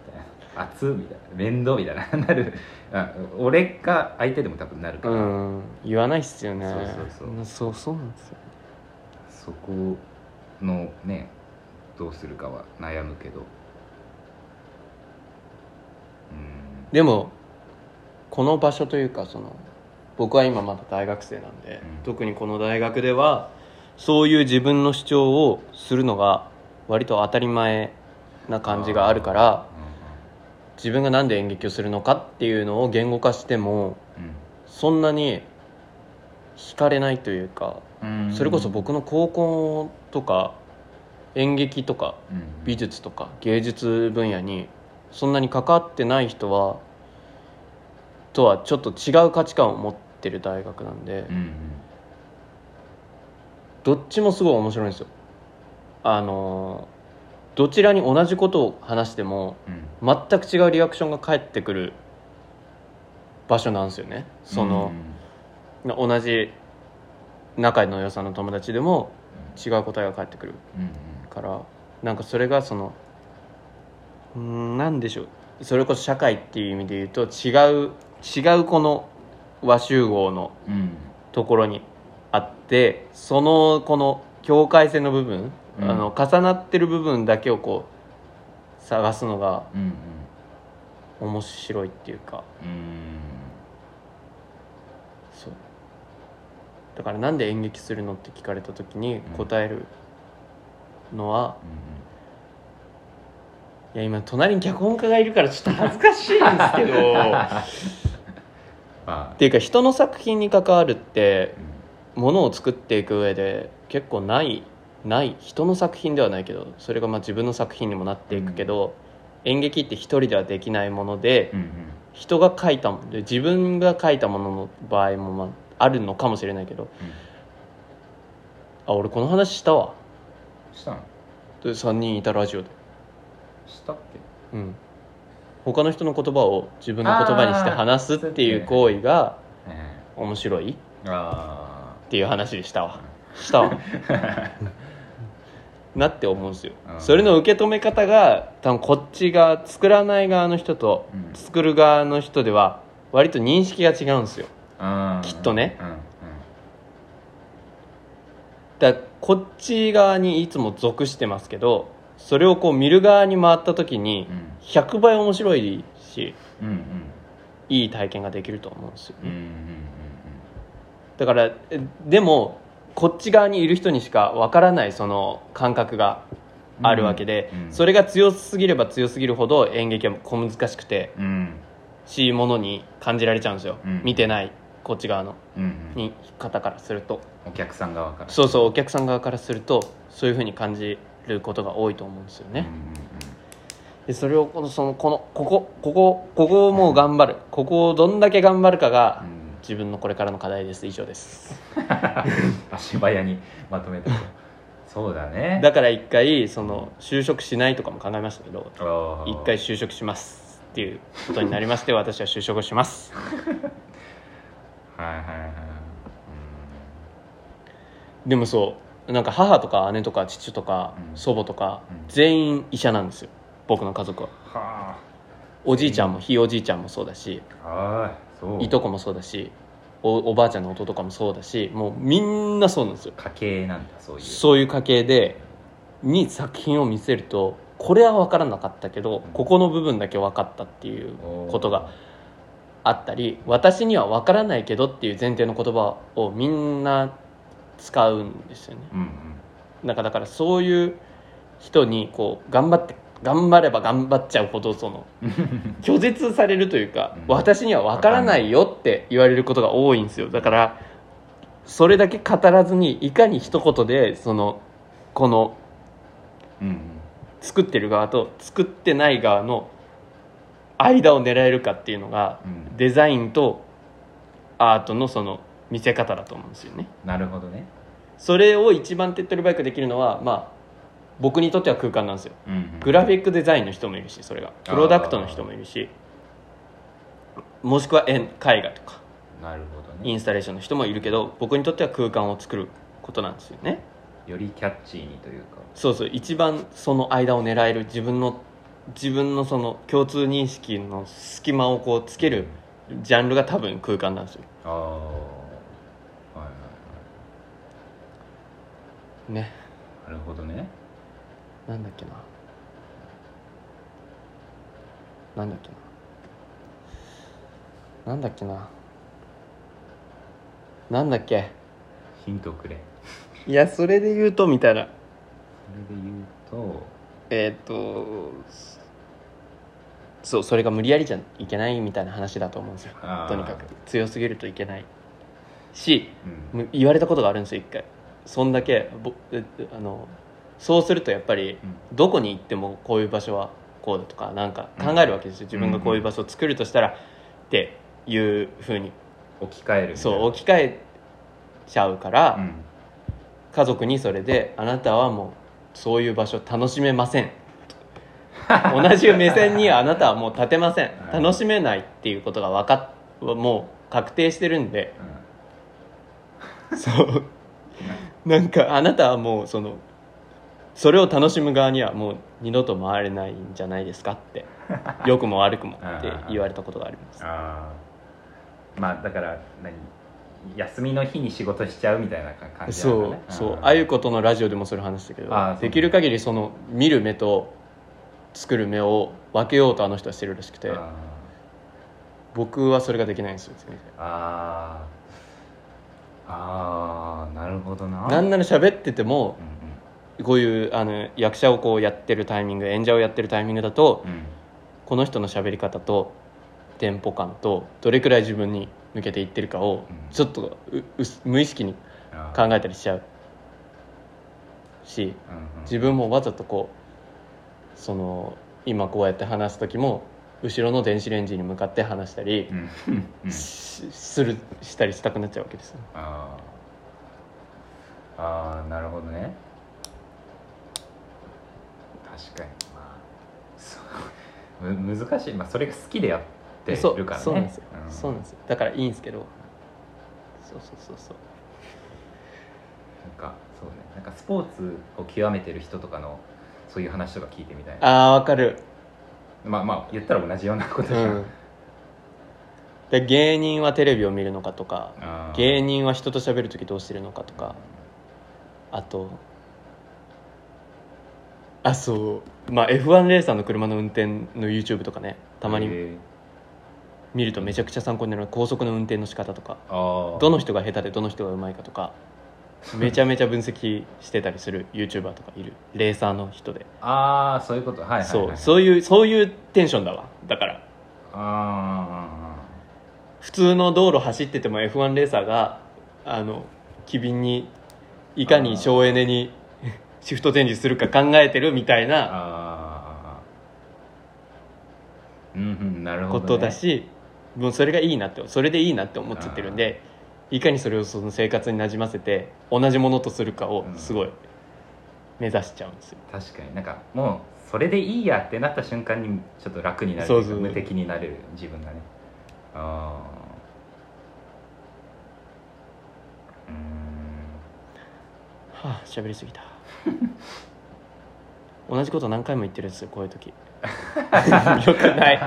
[SPEAKER 2] な 熱みたいな面倒みたいな なるあ俺か相手でも多分なるから、
[SPEAKER 1] うん言わないっすよね
[SPEAKER 2] そうそうそう
[SPEAKER 1] なそうそうなんですよ
[SPEAKER 2] そこのねどうするかは悩むけどうん
[SPEAKER 1] でもこの場所というかその僕は今まだ大学生なんで、
[SPEAKER 2] うん
[SPEAKER 1] 特にこの大学ではそういう自分の主張をするのが割と当たり前な感じがあるから自分が何で演劇をするのかっていうのを言語化してもそんなに惹かれないというか
[SPEAKER 2] うんうん
[SPEAKER 1] それこそ僕の高校とか演劇とか
[SPEAKER 2] うん
[SPEAKER 1] 美術とか芸術分野にそんなに関わってない人はとはちょっと違う価値観を持ってる大学なんで
[SPEAKER 2] うんうん
[SPEAKER 1] どっちもすごい面白いんですよあのーどちらに同じことを話しても
[SPEAKER 2] うん
[SPEAKER 1] 全く違うリアクションが返ってくる場所なんですよねその、同じ仲の良さの友達でも違う答えが返ってくる
[SPEAKER 2] うんうん
[SPEAKER 1] からなんかそれがそのうーんなんでしょうそれこそ社会っていう意味で言うと違う違うこの和集合の
[SPEAKER 2] うんうん
[SPEAKER 1] ところにあってそのこの境界線の部分、
[SPEAKER 2] うん
[SPEAKER 1] あの重なってる部分だけをこう探すのが
[SPEAKER 2] うんうん
[SPEAKER 1] 面白いっていうか
[SPEAKER 2] うん
[SPEAKER 1] そうだからなんで演劇するのって聞かれた時に
[SPEAKER 2] うん
[SPEAKER 1] 答えるのは、いや今隣に脚本家がいるからちょっと恥ずかしいんですけ ど
[SPEAKER 2] まあ
[SPEAKER 1] っていうか人の作品に関わるって
[SPEAKER 2] うん
[SPEAKER 1] ものを作っていく上で結構ないない人の作品ではないけどそれがまあ自分の作品にもなっていくけど、演劇って一人ではできないもので、
[SPEAKER 2] うん
[SPEAKER 1] 人が書いたもので自分が書いたものの場合もまああるのかもしれないけどあ俺この話したわ
[SPEAKER 2] うんしたの
[SPEAKER 1] で3人いたラジオで、
[SPEAKER 2] したっけ
[SPEAKER 1] うん、他の人の言葉を自分の言葉にして話すっていう行為が
[SPEAKER 2] え
[SPEAKER 1] 面白いっ
[SPEAKER 2] えあ
[SPEAKER 1] ていう話でしたわした わ
[SPEAKER 2] あ
[SPEAKER 1] なって思うんですよ
[SPEAKER 2] うん
[SPEAKER 1] それの受け止め方が多分こっちが作らない側の人と
[SPEAKER 2] うん
[SPEAKER 1] 作る側の人では割と認識が違うんですよ
[SPEAKER 2] あー
[SPEAKER 1] きっとね
[SPEAKER 2] うんうん
[SPEAKER 1] だからこっち側にいつも属してますけどそれをこう見る側に回った時に100倍面白いし
[SPEAKER 2] うんうん
[SPEAKER 1] いい体験ができると思うんですよ
[SPEAKER 2] うんうんうんうん
[SPEAKER 1] ねだからえでもこっち側にいる人にしかわからないその感覚があるわけで、
[SPEAKER 2] うんうん
[SPEAKER 1] それが強すぎれば強すぎるほど演劇は小難しくて
[SPEAKER 2] うん
[SPEAKER 1] しいものに感じられちゃうんですよ、
[SPEAKER 2] うん
[SPEAKER 1] 見てないこっち側の
[SPEAKER 2] うんうん
[SPEAKER 1] に方からすると
[SPEAKER 2] お客さん側から
[SPEAKER 1] そうそうお客さん側からするとそういうふうに感じることが多いと思うんですよ
[SPEAKER 2] うん
[SPEAKER 1] ね、でそれをこのそのこのここここここをもう頑張るここをどんだけ頑張るかが
[SPEAKER 2] うんうん
[SPEAKER 1] 自分のこれからの課題です以上です
[SPEAKER 2] 足早にまとめ たそうだね
[SPEAKER 1] だから一回その就職しないとかも考えましたけど
[SPEAKER 2] あー
[SPEAKER 1] 一回就職しますっていうことになりまして私は就職をします
[SPEAKER 2] はいはいはい
[SPEAKER 1] でもそうなんか母とか姉とか父とか
[SPEAKER 2] うん
[SPEAKER 1] 祖母とか
[SPEAKER 2] うん
[SPEAKER 1] 全員医者なんですよ僕の家族は
[SPEAKER 2] うんは
[SPEAKER 1] おじいちゃんもひいおじいちゃんもそうだし
[SPEAKER 2] あはーいそう
[SPEAKER 1] いとこもそうだしおおばあちゃんの弟とかもそうだしもうみんなそうなんですよ
[SPEAKER 2] 家系なんだそういう
[SPEAKER 1] そういう家系でに作品を見せるとこれは分からなかったけどここの部分だけ分かったっていうことがあったり私には分からないけどっていう前提の言葉をみんな使うんですよね
[SPEAKER 2] うんうん
[SPEAKER 1] なんかだからそういう人にこう頑張って頑張れば頑張っちゃうほどそ の拒絶されるというか
[SPEAKER 2] うん
[SPEAKER 1] 私には分からないよって言われることが多いんですよだからそれだけ語らずにいかに一言でそのこの
[SPEAKER 2] うんうん
[SPEAKER 1] 作ってる側と作ってない側の間を狙えるかっていうのが
[SPEAKER 2] うん
[SPEAKER 1] デザインとアートのその見せ方だと思うんですよね
[SPEAKER 2] なるほどね
[SPEAKER 1] それを一番手っ取り早くできるのはまあ僕にとっては空間なんですよ
[SPEAKER 2] うんうん
[SPEAKER 1] グラフィックデザインの人もいるしそれがプロダクトの人もいるしもしくは絵絵画とか
[SPEAKER 2] なるほど
[SPEAKER 1] イ
[SPEAKER 2] ね
[SPEAKER 1] ンスタレーションの人もいるけど僕にとっては空間を作ることなんですよね
[SPEAKER 2] よりキャッチーにというか
[SPEAKER 1] そうそう一番その間を狙える自分の自分のその共通認識の隙間をこうつけるジャンルが多分空間なんですよ
[SPEAKER 2] ああはいはいは
[SPEAKER 1] ね
[SPEAKER 2] いなるほどね
[SPEAKER 1] なんだっけななんだっけななんだっけななんだっけ
[SPEAKER 2] ヒントくれ
[SPEAKER 1] いやそれで言うとみたいな
[SPEAKER 2] それで言うと
[SPEAKER 1] えーっとそうそれが無理やりじゃいけないみたいな話だと思うんですよ
[SPEAKER 2] あー
[SPEAKER 1] とにかく強すぎるといけないし
[SPEAKER 2] うん
[SPEAKER 1] む言われたことがあるんですよ一回そんだけぼえあのそうするとやっぱり
[SPEAKER 2] うん
[SPEAKER 1] どこに行ってもこういう場所はこうだとかなんか考えるわけですよ、自分がこういう場所を作るとしたら、っていうふうに
[SPEAKER 2] 置き換えるみたいな
[SPEAKER 1] そう置き換えちゃうから、
[SPEAKER 2] うん
[SPEAKER 1] 家族にそれで「あなたはもうそういう場所楽しめません」 と同じ目線にあなたはもう立てません
[SPEAKER 2] はい
[SPEAKER 1] 楽しめないっていうことが分かっもう確定してるんで
[SPEAKER 2] う
[SPEAKER 1] そう なんかあなたはもうそのそれを楽しむ側にはもう二度と回れないんじゃないですかって良くも悪くもって言われたことがあります
[SPEAKER 2] んああまあだから何休みの日に仕事しちゃうみたいな感じな
[SPEAKER 1] そ
[SPEAKER 2] の
[SPEAKER 1] う
[SPEAKER 2] ね
[SPEAKER 1] そう
[SPEAKER 2] あ
[SPEAKER 1] あゆことのラジオでもそれ話したけど
[SPEAKER 2] あーそう
[SPEAKER 1] できる限りその見る目と作る目を分けようとあの人はしてるらしくて
[SPEAKER 2] あ
[SPEAKER 1] 僕はそれができないんですよ全然
[SPEAKER 2] ーあーあーなるほどな
[SPEAKER 1] なんなら喋ってても
[SPEAKER 2] うん
[SPEAKER 1] こういうあの役者をこうやってるタイミング演者をやってるタイミングだと
[SPEAKER 2] うんうん
[SPEAKER 1] この人の喋り方とテンポ感とどれくらい自分に向けていってるかを
[SPEAKER 2] うん
[SPEAKER 1] ちょっとううす無意識に
[SPEAKER 2] あ
[SPEAKER 1] 考
[SPEAKER 2] ー
[SPEAKER 1] えたりしちゃうし
[SPEAKER 2] うんうん
[SPEAKER 1] 自分もわざとこうその今こうやって話す時も後ろの電子レンジに向かって話したり
[SPEAKER 2] うんうんうん
[SPEAKER 1] しするしたりしたくなっちゃうわけですよ
[SPEAKER 2] あーあーなるほどね確かにまあそうむ難しい、まあ、それが好きでやって
[SPEAKER 1] そう
[SPEAKER 2] るからね
[SPEAKER 1] そうなんですよ、
[SPEAKER 2] うん
[SPEAKER 1] そうなんですよだからいいんですけどそうそうそうそう
[SPEAKER 2] なんかそうねなんかスポーツを極めてる人とかのそういう話とか聞いてみたいな
[SPEAKER 1] あーわかる
[SPEAKER 2] まあまあ言ったら同じようなことじ
[SPEAKER 1] う
[SPEAKER 2] ゃん、
[SPEAKER 1] んで芸人はテレビを見るのかとか
[SPEAKER 2] あー
[SPEAKER 1] 芸人は人と喋る時どうしてるのかとかあとあそうまあ F1 レーサーの車の運転の YouTube とかねたまに
[SPEAKER 2] えー
[SPEAKER 1] 見るとめちゃくちゃ参考になる高速の運転の仕方とか
[SPEAKER 2] あー
[SPEAKER 1] どの人が下手でどの人が上手いかとかめちゃめちゃ分析してたりする YouTuber とかいるレーサーの人で
[SPEAKER 2] あーそういうことはいはい、はい、
[SPEAKER 1] そうそういうそういうテンションだわだから
[SPEAKER 2] あ
[SPEAKER 1] 普通の道路走ってても F1 レーサーがあの機敏にいかに省エネにシフトチェンジするか考えてるみたい
[SPEAKER 2] ー
[SPEAKER 1] な
[SPEAKER 2] あーうんうんなるほ
[SPEAKER 1] こ
[SPEAKER 2] ど、
[SPEAKER 1] と
[SPEAKER 2] ね、
[SPEAKER 1] だし、もうそれがいいなってそれでいいなって思っちゃってるんでいかにそれをその生活になじませて同じものとするかを
[SPEAKER 2] うん
[SPEAKER 1] すごい目指しちゃうんですよ、
[SPEAKER 2] 確かになんかもうそれでいいやってなった瞬間にちょっと楽になる
[SPEAKER 1] そうそう
[SPEAKER 2] 無敵になれる自分がねああうーん
[SPEAKER 1] はあ喋りすぎた 同じこと何回も言ってるんですよこういう 時よくない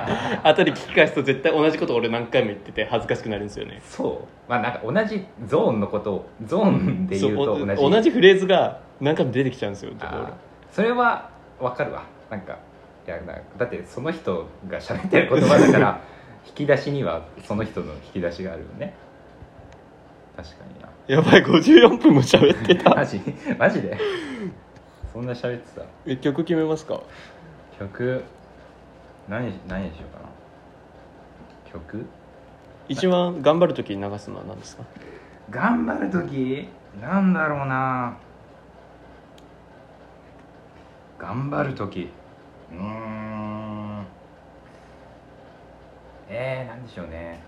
[SPEAKER 1] 後で聞き返すと絶対同じこと俺何回も言ってて恥ずかしくなるんですよね
[SPEAKER 2] そうまあなんか同じゾーンのことをゾーンで
[SPEAKER 1] そ
[SPEAKER 2] 言
[SPEAKER 1] う
[SPEAKER 2] うと
[SPEAKER 1] お
[SPEAKER 2] 同じ
[SPEAKER 1] 同じフレーズが何回も出てきちゃうんですよ
[SPEAKER 2] あ
[SPEAKER 1] 俺
[SPEAKER 2] ーそれはわかるわなんかいやなんかだってその人が喋ってる言葉だから 引き出しにはその人の引き出しがあるよね確かにな
[SPEAKER 1] やばい54分も喋って
[SPEAKER 2] マ
[SPEAKER 1] た
[SPEAKER 2] ジマジでそんな喋ってた
[SPEAKER 1] え曲決めますか
[SPEAKER 2] 曲何何にしようかな曲
[SPEAKER 1] 一番頑張る時に流すのは何ですか
[SPEAKER 2] 頑張る時なんだろうな頑張る時うーんえー、なんでしょうね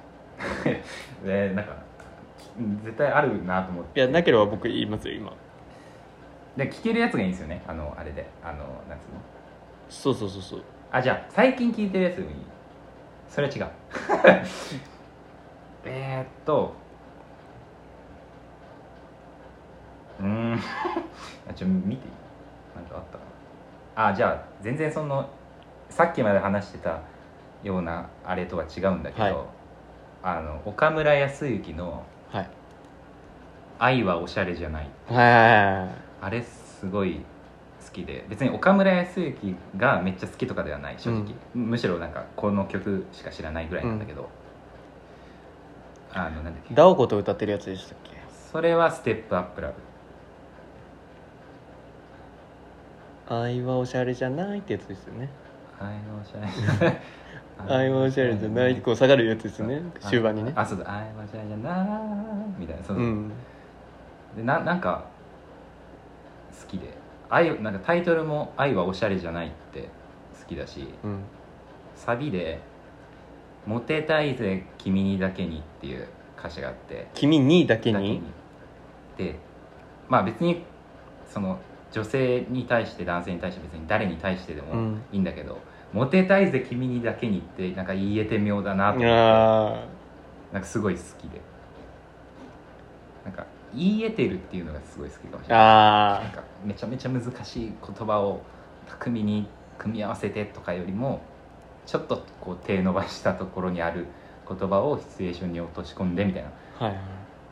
[SPEAKER 2] えー、なんか絶対あるなと思って
[SPEAKER 1] いやなければ僕言いますよ今
[SPEAKER 2] で聞けるやつがいいんですよねあのあれであのなんつう
[SPEAKER 1] そ
[SPEAKER 2] の
[SPEAKER 1] うそうそうそう
[SPEAKER 2] あじゃあ最近聞いてるやつでもいいそれは違う えーっとうーん あちょ見てなんかあったかなあじゃあ全然そのさっきまで話してたようなあれとは違うんだけど、
[SPEAKER 1] はい
[SPEAKER 2] あの岡村康之の
[SPEAKER 1] はい
[SPEAKER 2] 「愛はおしゃれじゃない」
[SPEAKER 1] は
[SPEAKER 2] あれすごい好きで別に岡村康之がめっちゃ好きとかではない正直、むしろなんかこの曲しか知らないぐらいなんだけど、あのなんだっ
[SPEAKER 1] い
[SPEAKER 2] け
[SPEAKER 1] ダオコと歌ってるやつでしたっけ
[SPEAKER 2] それは「ステップアッ プラブ
[SPEAKER 1] 愛はおしゃれじゃないってやつですよね」
[SPEAKER 2] 愛はおしゃれ
[SPEAKER 1] 愛はおしゃれじゃないこう下がるやつですよね
[SPEAKER 2] あ
[SPEAKER 1] 終盤にね
[SPEAKER 2] あそうだ「愛はおしゃれじゃない」みたいなそうの、
[SPEAKER 1] ん
[SPEAKER 2] でななんか好きで愛なんかタイトルも「愛はおしゃれじゃない」って好きだし
[SPEAKER 1] うん
[SPEAKER 2] サビで「モテたいぜ君にだけに」っていう歌詞があって
[SPEAKER 1] 君にだけ
[SPEAKER 2] だけ
[SPEAKER 1] に
[SPEAKER 2] でまあ別にその女性に対して男性に対して別に誰に対してで
[SPEAKER 1] う
[SPEAKER 2] も
[SPEAKER 1] ん
[SPEAKER 2] いいんだけど、モテたいぜ君にだけにってなんか言えて妙だなと思って
[SPEAKER 1] あ
[SPEAKER 2] なんかすごい好きでなんか言えてるっていうのがすごい好きかもし
[SPEAKER 1] ー
[SPEAKER 2] れないなん
[SPEAKER 1] あ
[SPEAKER 2] かめちゃめちゃ難しい言葉を巧みに組み合わせてとかよりもちょっとこう手伸ばしたところにある言葉をシチュエーションに落とし込んでみたいなっ
[SPEAKER 1] ーはいはい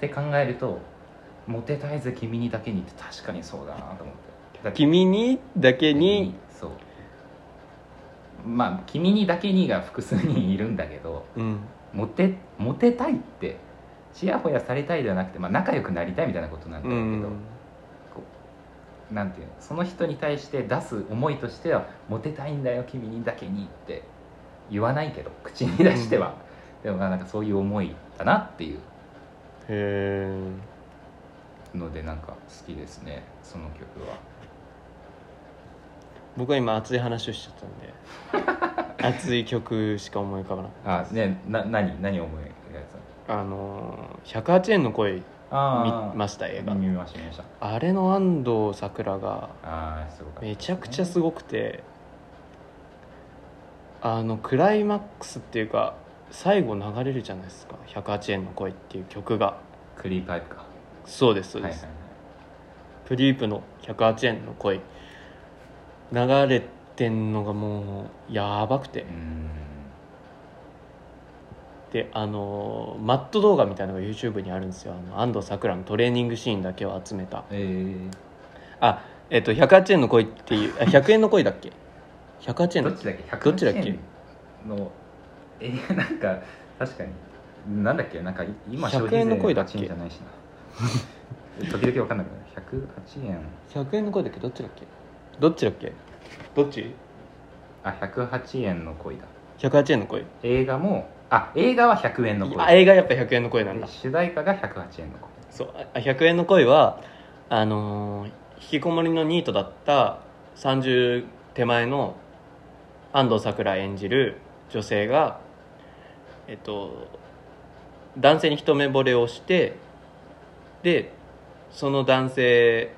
[SPEAKER 2] て考えると「モテたいぜ君にだけに」って確かにそうだなと思ってだって
[SPEAKER 1] 君にだけに
[SPEAKER 2] そうまあ「君にだけに」が複数人いるんだけど
[SPEAKER 1] うん
[SPEAKER 2] モテモテたいってちやほやされたいではなくて、まあ、仲良くなりたいみたいなことなんだ
[SPEAKER 1] う
[SPEAKER 2] ろうけど、
[SPEAKER 1] ん
[SPEAKER 2] なんていうのその人に対して出す思いとしては「モテたいんだよ君にだけに」って言わないけど口に出しては、でもまあなんかそういう思いだなっていう
[SPEAKER 1] へえ
[SPEAKER 2] のでなんか好きですねその曲は
[SPEAKER 1] 僕は今熱い話をしちゃ ったんで熱い曲しか思い浮かばなかっ
[SPEAKER 2] あねな何何思い描いて
[SPEAKER 1] たあのー108円の恋見
[SPEAKER 2] たのあー
[SPEAKER 1] ました映画
[SPEAKER 2] 見ました見ました
[SPEAKER 1] あれの安藤サクラが
[SPEAKER 2] ああすごかった
[SPEAKER 1] めちゃくちゃすごくてあのクライマックスっていうか最後流れるじゃないですか「108円の恋」っていう曲が
[SPEAKER 2] クリーパイプか
[SPEAKER 1] そうですそう
[SPEAKER 2] は
[SPEAKER 1] で
[SPEAKER 2] い
[SPEAKER 1] す、
[SPEAKER 2] はいはい
[SPEAKER 1] プリープの108円の恋流れてんのがもうやばくて
[SPEAKER 2] うーん
[SPEAKER 1] であのーマット動画みたいなのが YouTube にあるんですよあの安藤サクラのトレーニングシーンだけを集めた
[SPEAKER 2] えー、
[SPEAKER 1] あえっと108円の恋っていうあ100円の恋だっけ108円
[SPEAKER 2] ど
[SPEAKER 1] だ
[SPEAKER 2] っ
[SPEAKER 1] っ
[SPEAKER 2] ち
[SPEAKER 1] け
[SPEAKER 2] だっけ108
[SPEAKER 1] どっちだっけ
[SPEAKER 2] のえー、 なんか確かになんだっけなんかい今消
[SPEAKER 1] 100
[SPEAKER 2] 費
[SPEAKER 1] 円の
[SPEAKER 2] 税
[SPEAKER 1] 声だっけ
[SPEAKER 2] 8円じゃないしな 時々わかんなくなる108円
[SPEAKER 1] 100円の恋だっけどっちだっけどっちだっけどっち
[SPEAKER 2] あ108円の恋だ
[SPEAKER 1] ?108 円の恋
[SPEAKER 2] 映画もあ映画は100円の
[SPEAKER 1] あ
[SPEAKER 2] 恋
[SPEAKER 1] 映画やっぱ100円の恋なんだ
[SPEAKER 2] で主題歌が108円の恋
[SPEAKER 1] そうあ100円の恋はあのー引きこもりのニートだった30手前の安藤サクラ演じる女性がえっと男性に一目惚れをしてでその男性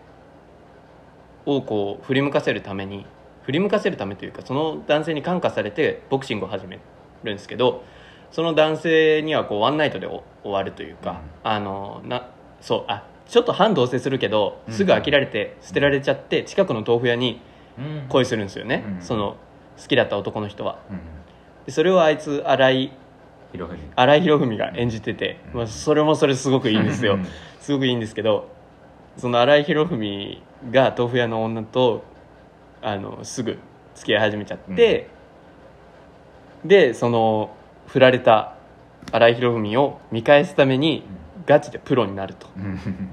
[SPEAKER 1] をこう振り向かせるために振り向かせるためというかその男性に感化されてボクシングを始めるんですけどその男性にはこうワンナイトでお終わるというか、あのなそうあちょっと反同棲するけど
[SPEAKER 2] うん
[SPEAKER 1] すぐ飽きられて捨てられちゃって近くの豆腐屋に
[SPEAKER 2] うん
[SPEAKER 1] 恋するんですよね、
[SPEAKER 2] うん
[SPEAKER 1] その好きだった男の人は
[SPEAKER 2] うん
[SPEAKER 1] でそれをあいつ新井
[SPEAKER 2] 広文
[SPEAKER 1] 新井博文が演じてて、
[SPEAKER 2] うん
[SPEAKER 1] まあ、それもそれすごくいいんですよすごくいいんですけどその新井博文が豆腐屋の女とあのすぐ付き合い始めちゃって、でその振られた新井博文を見返すためにガチでプロになると
[SPEAKER 2] うんうん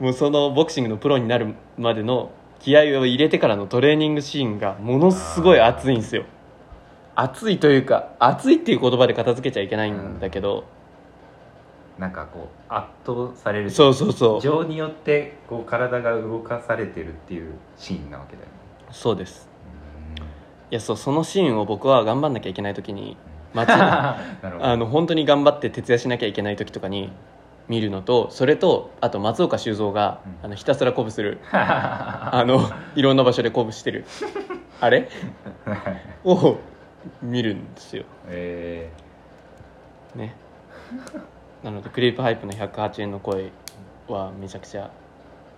[SPEAKER 1] もうそのボクシングのプロになるまでの気合を入れてからのトレーニングシーンがものすごい熱いんですよ熱いというか熱いっていう言葉で片付けちゃいけないんだけど、
[SPEAKER 2] なんかこう圧倒される
[SPEAKER 1] そうそうそう
[SPEAKER 2] 情によってこう体が動かされてるっていうシーンなわけだよね
[SPEAKER 1] そうですいやそうそのシーンを僕は頑張んなきゃいけない時に
[SPEAKER 2] う ん
[SPEAKER 1] 松あ
[SPEAKER 2] なるほど
[SPEAKER 1] の本当に頑張って徹夜しなきゃいけない時とかに見るのとそれとあと松岡修造が
[SPEAKER 2] うん
[SPEAKER 1] あのひたすら鼓舞す るあのいろんな場所で鼓舞してるあ れを見るんですよ
[SPEAKER 2] え
[SPEAKER 1] ねなのでクリープハイプの108円の声はめちゃくちゃ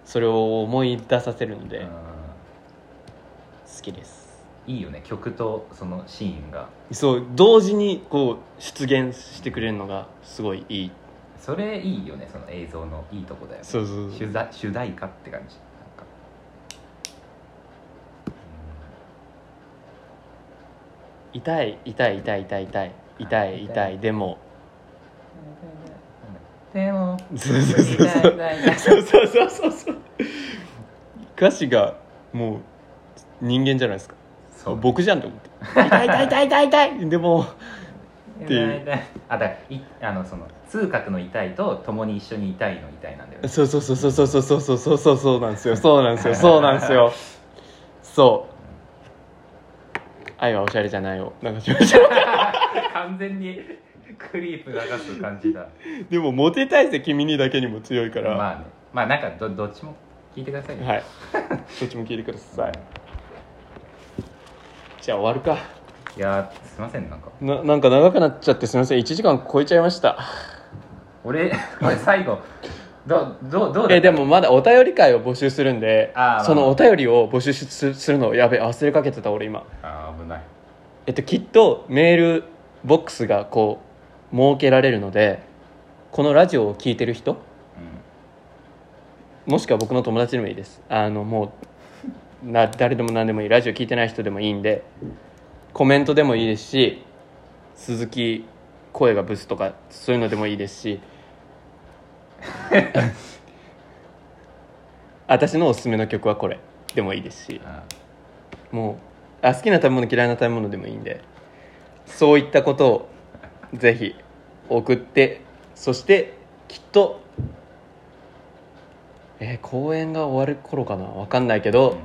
[SPEAKER 1] それを思い出させるの
[SPEAKER 2] ー
[SPEAKER 1] で好
[SPEAKER 2] あ
[SPEAKER 1] きです
[SPEAKER 2] ーいいよね曲とそのシーンが
[SPEAKER 1] そう同時にこう出現してくれるのがすごいいい
[SPEAKER 2] それいいよねその映像のいいとこだよね
[SPEAKER 1] そうそうそう
[SPEAKER 2] 主題主題歌って感じなんか
[SPEAKER 1] 痛い痛い痛い痛い痛い痛い痛いでも
[SPEAKER 2] でも
[SPEAKER 1] そうそうそうそう そうそうそうそうそう歌詞がもう人間じゃないですか
[SPEAKER 2] そう
[SPEAKER 1] 僕じゃんと思 って痛い痛い痛い痛い痛いでもっていう
[SPEAKER 2] あだからいあのその痛覚の痛いと共に一緒に痛いの痛いなんだよね
[SPEAKER 1] そうそうそうそうそうそうそうそうそうそうなんですよそうなんですよそうなんですよそう愛はおしゃれじゃないを流しました
[SPEAKER 2] 完全にクリープ流す感 じだ
[SPEAKER 1] でもモテたいぜ君にだけにも強いから、
[SPEAKER 2] まあねまあなんかどどっちも聞いてくださいよ、
[SPEAKER 1] はいどっちも聞いてくださいじゃあ終わるか
[SPEAKER 2] いやーすいませんなんか
[SPEAKER 1] ななんか長くなっちゃってすみません1時間超えちゃいました
[SPEAKER 2] 俺これ最後どうどうどうだった
[SPEAKER 1] えでもまだお便り会を募集するんで
[SPEAKER 2] あー
[SPEAKER 1] そのお便りを募集しすするのやべ忘れかけてた俺今
[SPEAKER 2] あー危ない
[SPEAKER 1] えっと、きっとメールボックスがこう設けられるのでこのラジオを聞いてる人もしくは僕の友達でもいいですあのもうな誰でも何でもいいラジオ聞いてない人でもいいんでコメントでもいいですし鈴木声がブスとかそういうのでもいいですし私のおすすめの曲はこれでもいいですし
[SPEAKER 2] うんあ
[SPEAKER 1] もうあ好きな食べ物嫌いな食べ物でもいいんでそういったことをぜひ送ってそしてきっとえー公演が終わる頃かなわかんないけ
[SPEAKER 2] ーう
[SPEAKER 1] ど
[SPEAKER 2] ん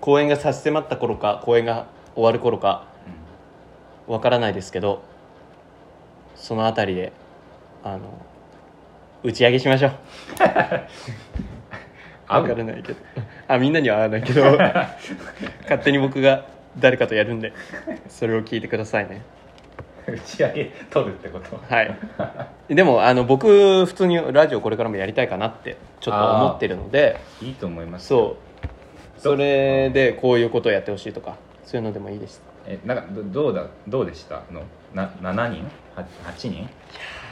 [SPEAKER 1] 公演が差し迫った頃か公演が終わる頃かわからないですけどそのあたりであの打ち上げしましょうわ
[SPEAKER 2] 合う
[SPEAKER 1] からないけどあみんなには会わないけ ど勝手に僕が誰かとやるんでそれを聞いてくださいね
[SPEAKER 2] 打ち上げ取るってこと
[SPEAKER 1] はい、でもあの僕普通にラジオこれからもやりたいかなってちょっと思ってるので
[SPEAKER 2] いいと思います
[SPEAKER 1] そうそれでこういうことをやってほしいとかそういうのでもいいです
[SPEAKER 2] えなんかどどうだどうでしたのな7人は8人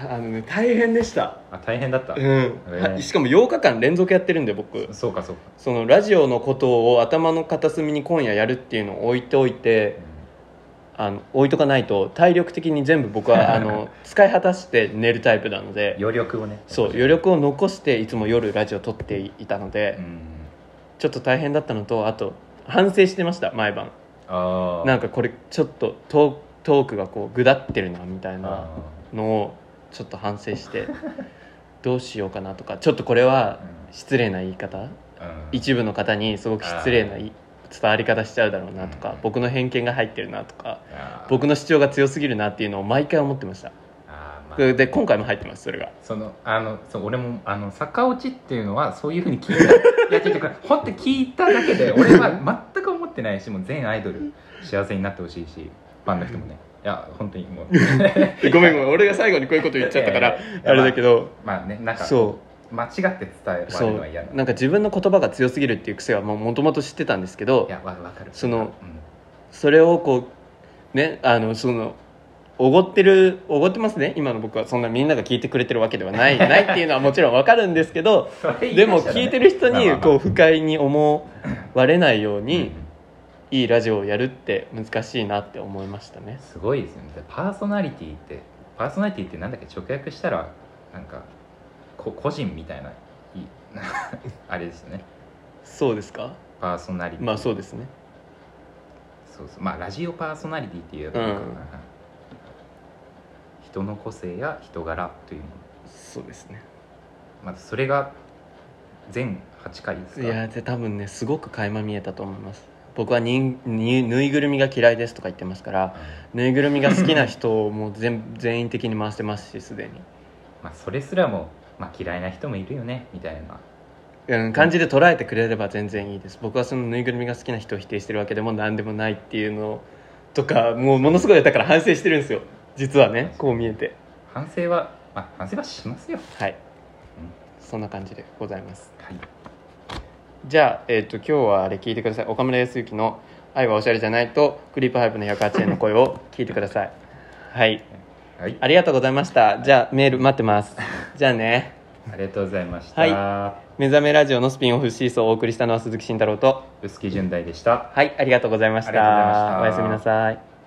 [SPEAKER 1] あのね大変でした
[SPEAKER 2] あ大変だった、
[SPEAKER 1] うん、
[SPEAKER 2] ー
[SPEAKER 1] はしかも8日間連続やってるんで僕
[SPEAKER 2] そうかそうか、
[SPEAKER 1] そのラジオのことを頭の片隅に今夜やるっていうのを置いておいてあの置いとかないと体力的に全部僕 はあの使い果たして寝るタイプなので
[SPEAKER 2] 余力をね
[SPEAKER 1] そう余力を残していつも夜ラジオ撮っていたので、
[SPEAKER 2] うん
[SPEAKER 1] ちょっと大変だったのとあと反省してました毎晩
[SPEAKER 2] ああ
[SPEAKER 1] なん
[SPEAKER 2] か
[SPEAKER 1] かこれちょっとトートークがこうぐだってるなみたいなのをちょっと反省して どうしようかなとかちょっとこれは失礼な言い方一部の方にすごく失礼な言い伝わり方しちゃうだろうなとか
[SPEAKER 2] うん
[SPEAKER 1] 僕の偏見が入ってるなとか僕の主張が強すぎるなっていうのを毎回思ってました
[SPEAKER 2] あー、まあ、
[SPEAKER 1] で今回も入ってますそれが
[SPEAKER 2] そのあのそう俺もあの逆落ちっていうのはそういうふう に聞いたいやちょっとこれほんと聞いただけで俺は全く思ってないしもう全アイドル幸せになってほしいしファンの人もねいや本当にもう
[SPEAKER 1] ごめんごめん俺が最後にこういうこと言っちゃったから
[SPEAKER 2] いやいやいや
[SPEAKER 1] あれだけど
[SPEAKER 2] まあねなんか
[SPEAKER 1] そう
[SPEAKER 2] 間違って伝えら
[SPEAKER 1] そ
[SPEAKER 2] れるのは嫌
[SPEAKER 1] う
[SPEAKER 2] だ
[SPEAKER 1] なんか自分の言葉が強すぎるっていう癖はもともと知ってたんですけど
[SPEAKER 2] いやわわかる
[SPEAKER 1] その
[SPEAKER 2] うん
[SPEAKER 1] それをこうねあのそのおごってるおごってますね今の僕はそんなみんなが聞いてくれてるわけでは ないないっていうのはもちろんわかるんですけど
[SPEAKER 2] それ言
[SPEAKER 1] でも
[SPEAKER 2] ましたね
[SPEAKER 1] 聞いてる人
[SPEAKER 2] まあまあ
[SPEAKER 1] に
[SPEAKER 2] まあ
[SPEAKER 1] こう不快に思われないように
[SPEAKER 2] うん
[SPEAKER 1] いいラジオをやるって難しいなって思いましたね
[SPEAKER 2] すごいですよねパーソナリティってパーソナリティってなんだっけ直訳したらなんかこ個人みたいない あれですよね
[SPEAKER 1] そうですか
[SPEAKER 2] パーソナリティ、
[SPEAKER 1] まあそうですね
[SPEAKER 2] そうそうまあラジオパーソナリティっていうやつなのかな
[SPEAKER 1] うん
[SPEAKER 2] 人の個性や人柄というもの、
[SPEAKER 1] そうですね
[SPEAKER 2] まあ、それが全8回です
[SPEAKER 1] い
[SPEAKER 2] か
[SPEAKER 1] やで多分ねすごく垣間見えたと思います僕はにんにぬいぐるみが嫌いですとか言ってますからぬいぐるみが好きな人をもう全 全員的に回してますしすでに、
[SPEAKER 2] まあ、それすらも、まあ、嫌いな人もいるよねみたいな
[SPEAKER 1] うん、感じで捉えてくれれば全然いいです僕はそのぬいぐるみが好きな人を否定してるわけでも何でもないっていうのとかもうものすごいだから反省してるんですよ実はねこう見えて
[SPEAKER 2] 反省は、まあ、反省はしますよ、
[SPEAKER 1] はいそんな感じでございます
[SPEAKER 2] はい、
[SPEAKER 1] じゃあ、えっと今日はあれ聞いてください岡村康之の「愛はおしゃれじゃないと」クリープハイプの108円の声を聞いてくださいはい
[SPEAKER 2] はい、
[SPEAKER 1] ありがとうございましたじゃあメール待ってますじゃあね
[SPEAKER 2] ありがとうございました、
[SPEAKER 1] 目覚めラジオのスピンオフシーソーをお送りしたのは鈴木慎太郎と
[SPEAKER 2] 薄木純大でした
[SPEAKER 1] はいありがとうございました
[SPEAKER 2] ありがとうございました
[SPEAKER 1] おやすみなさい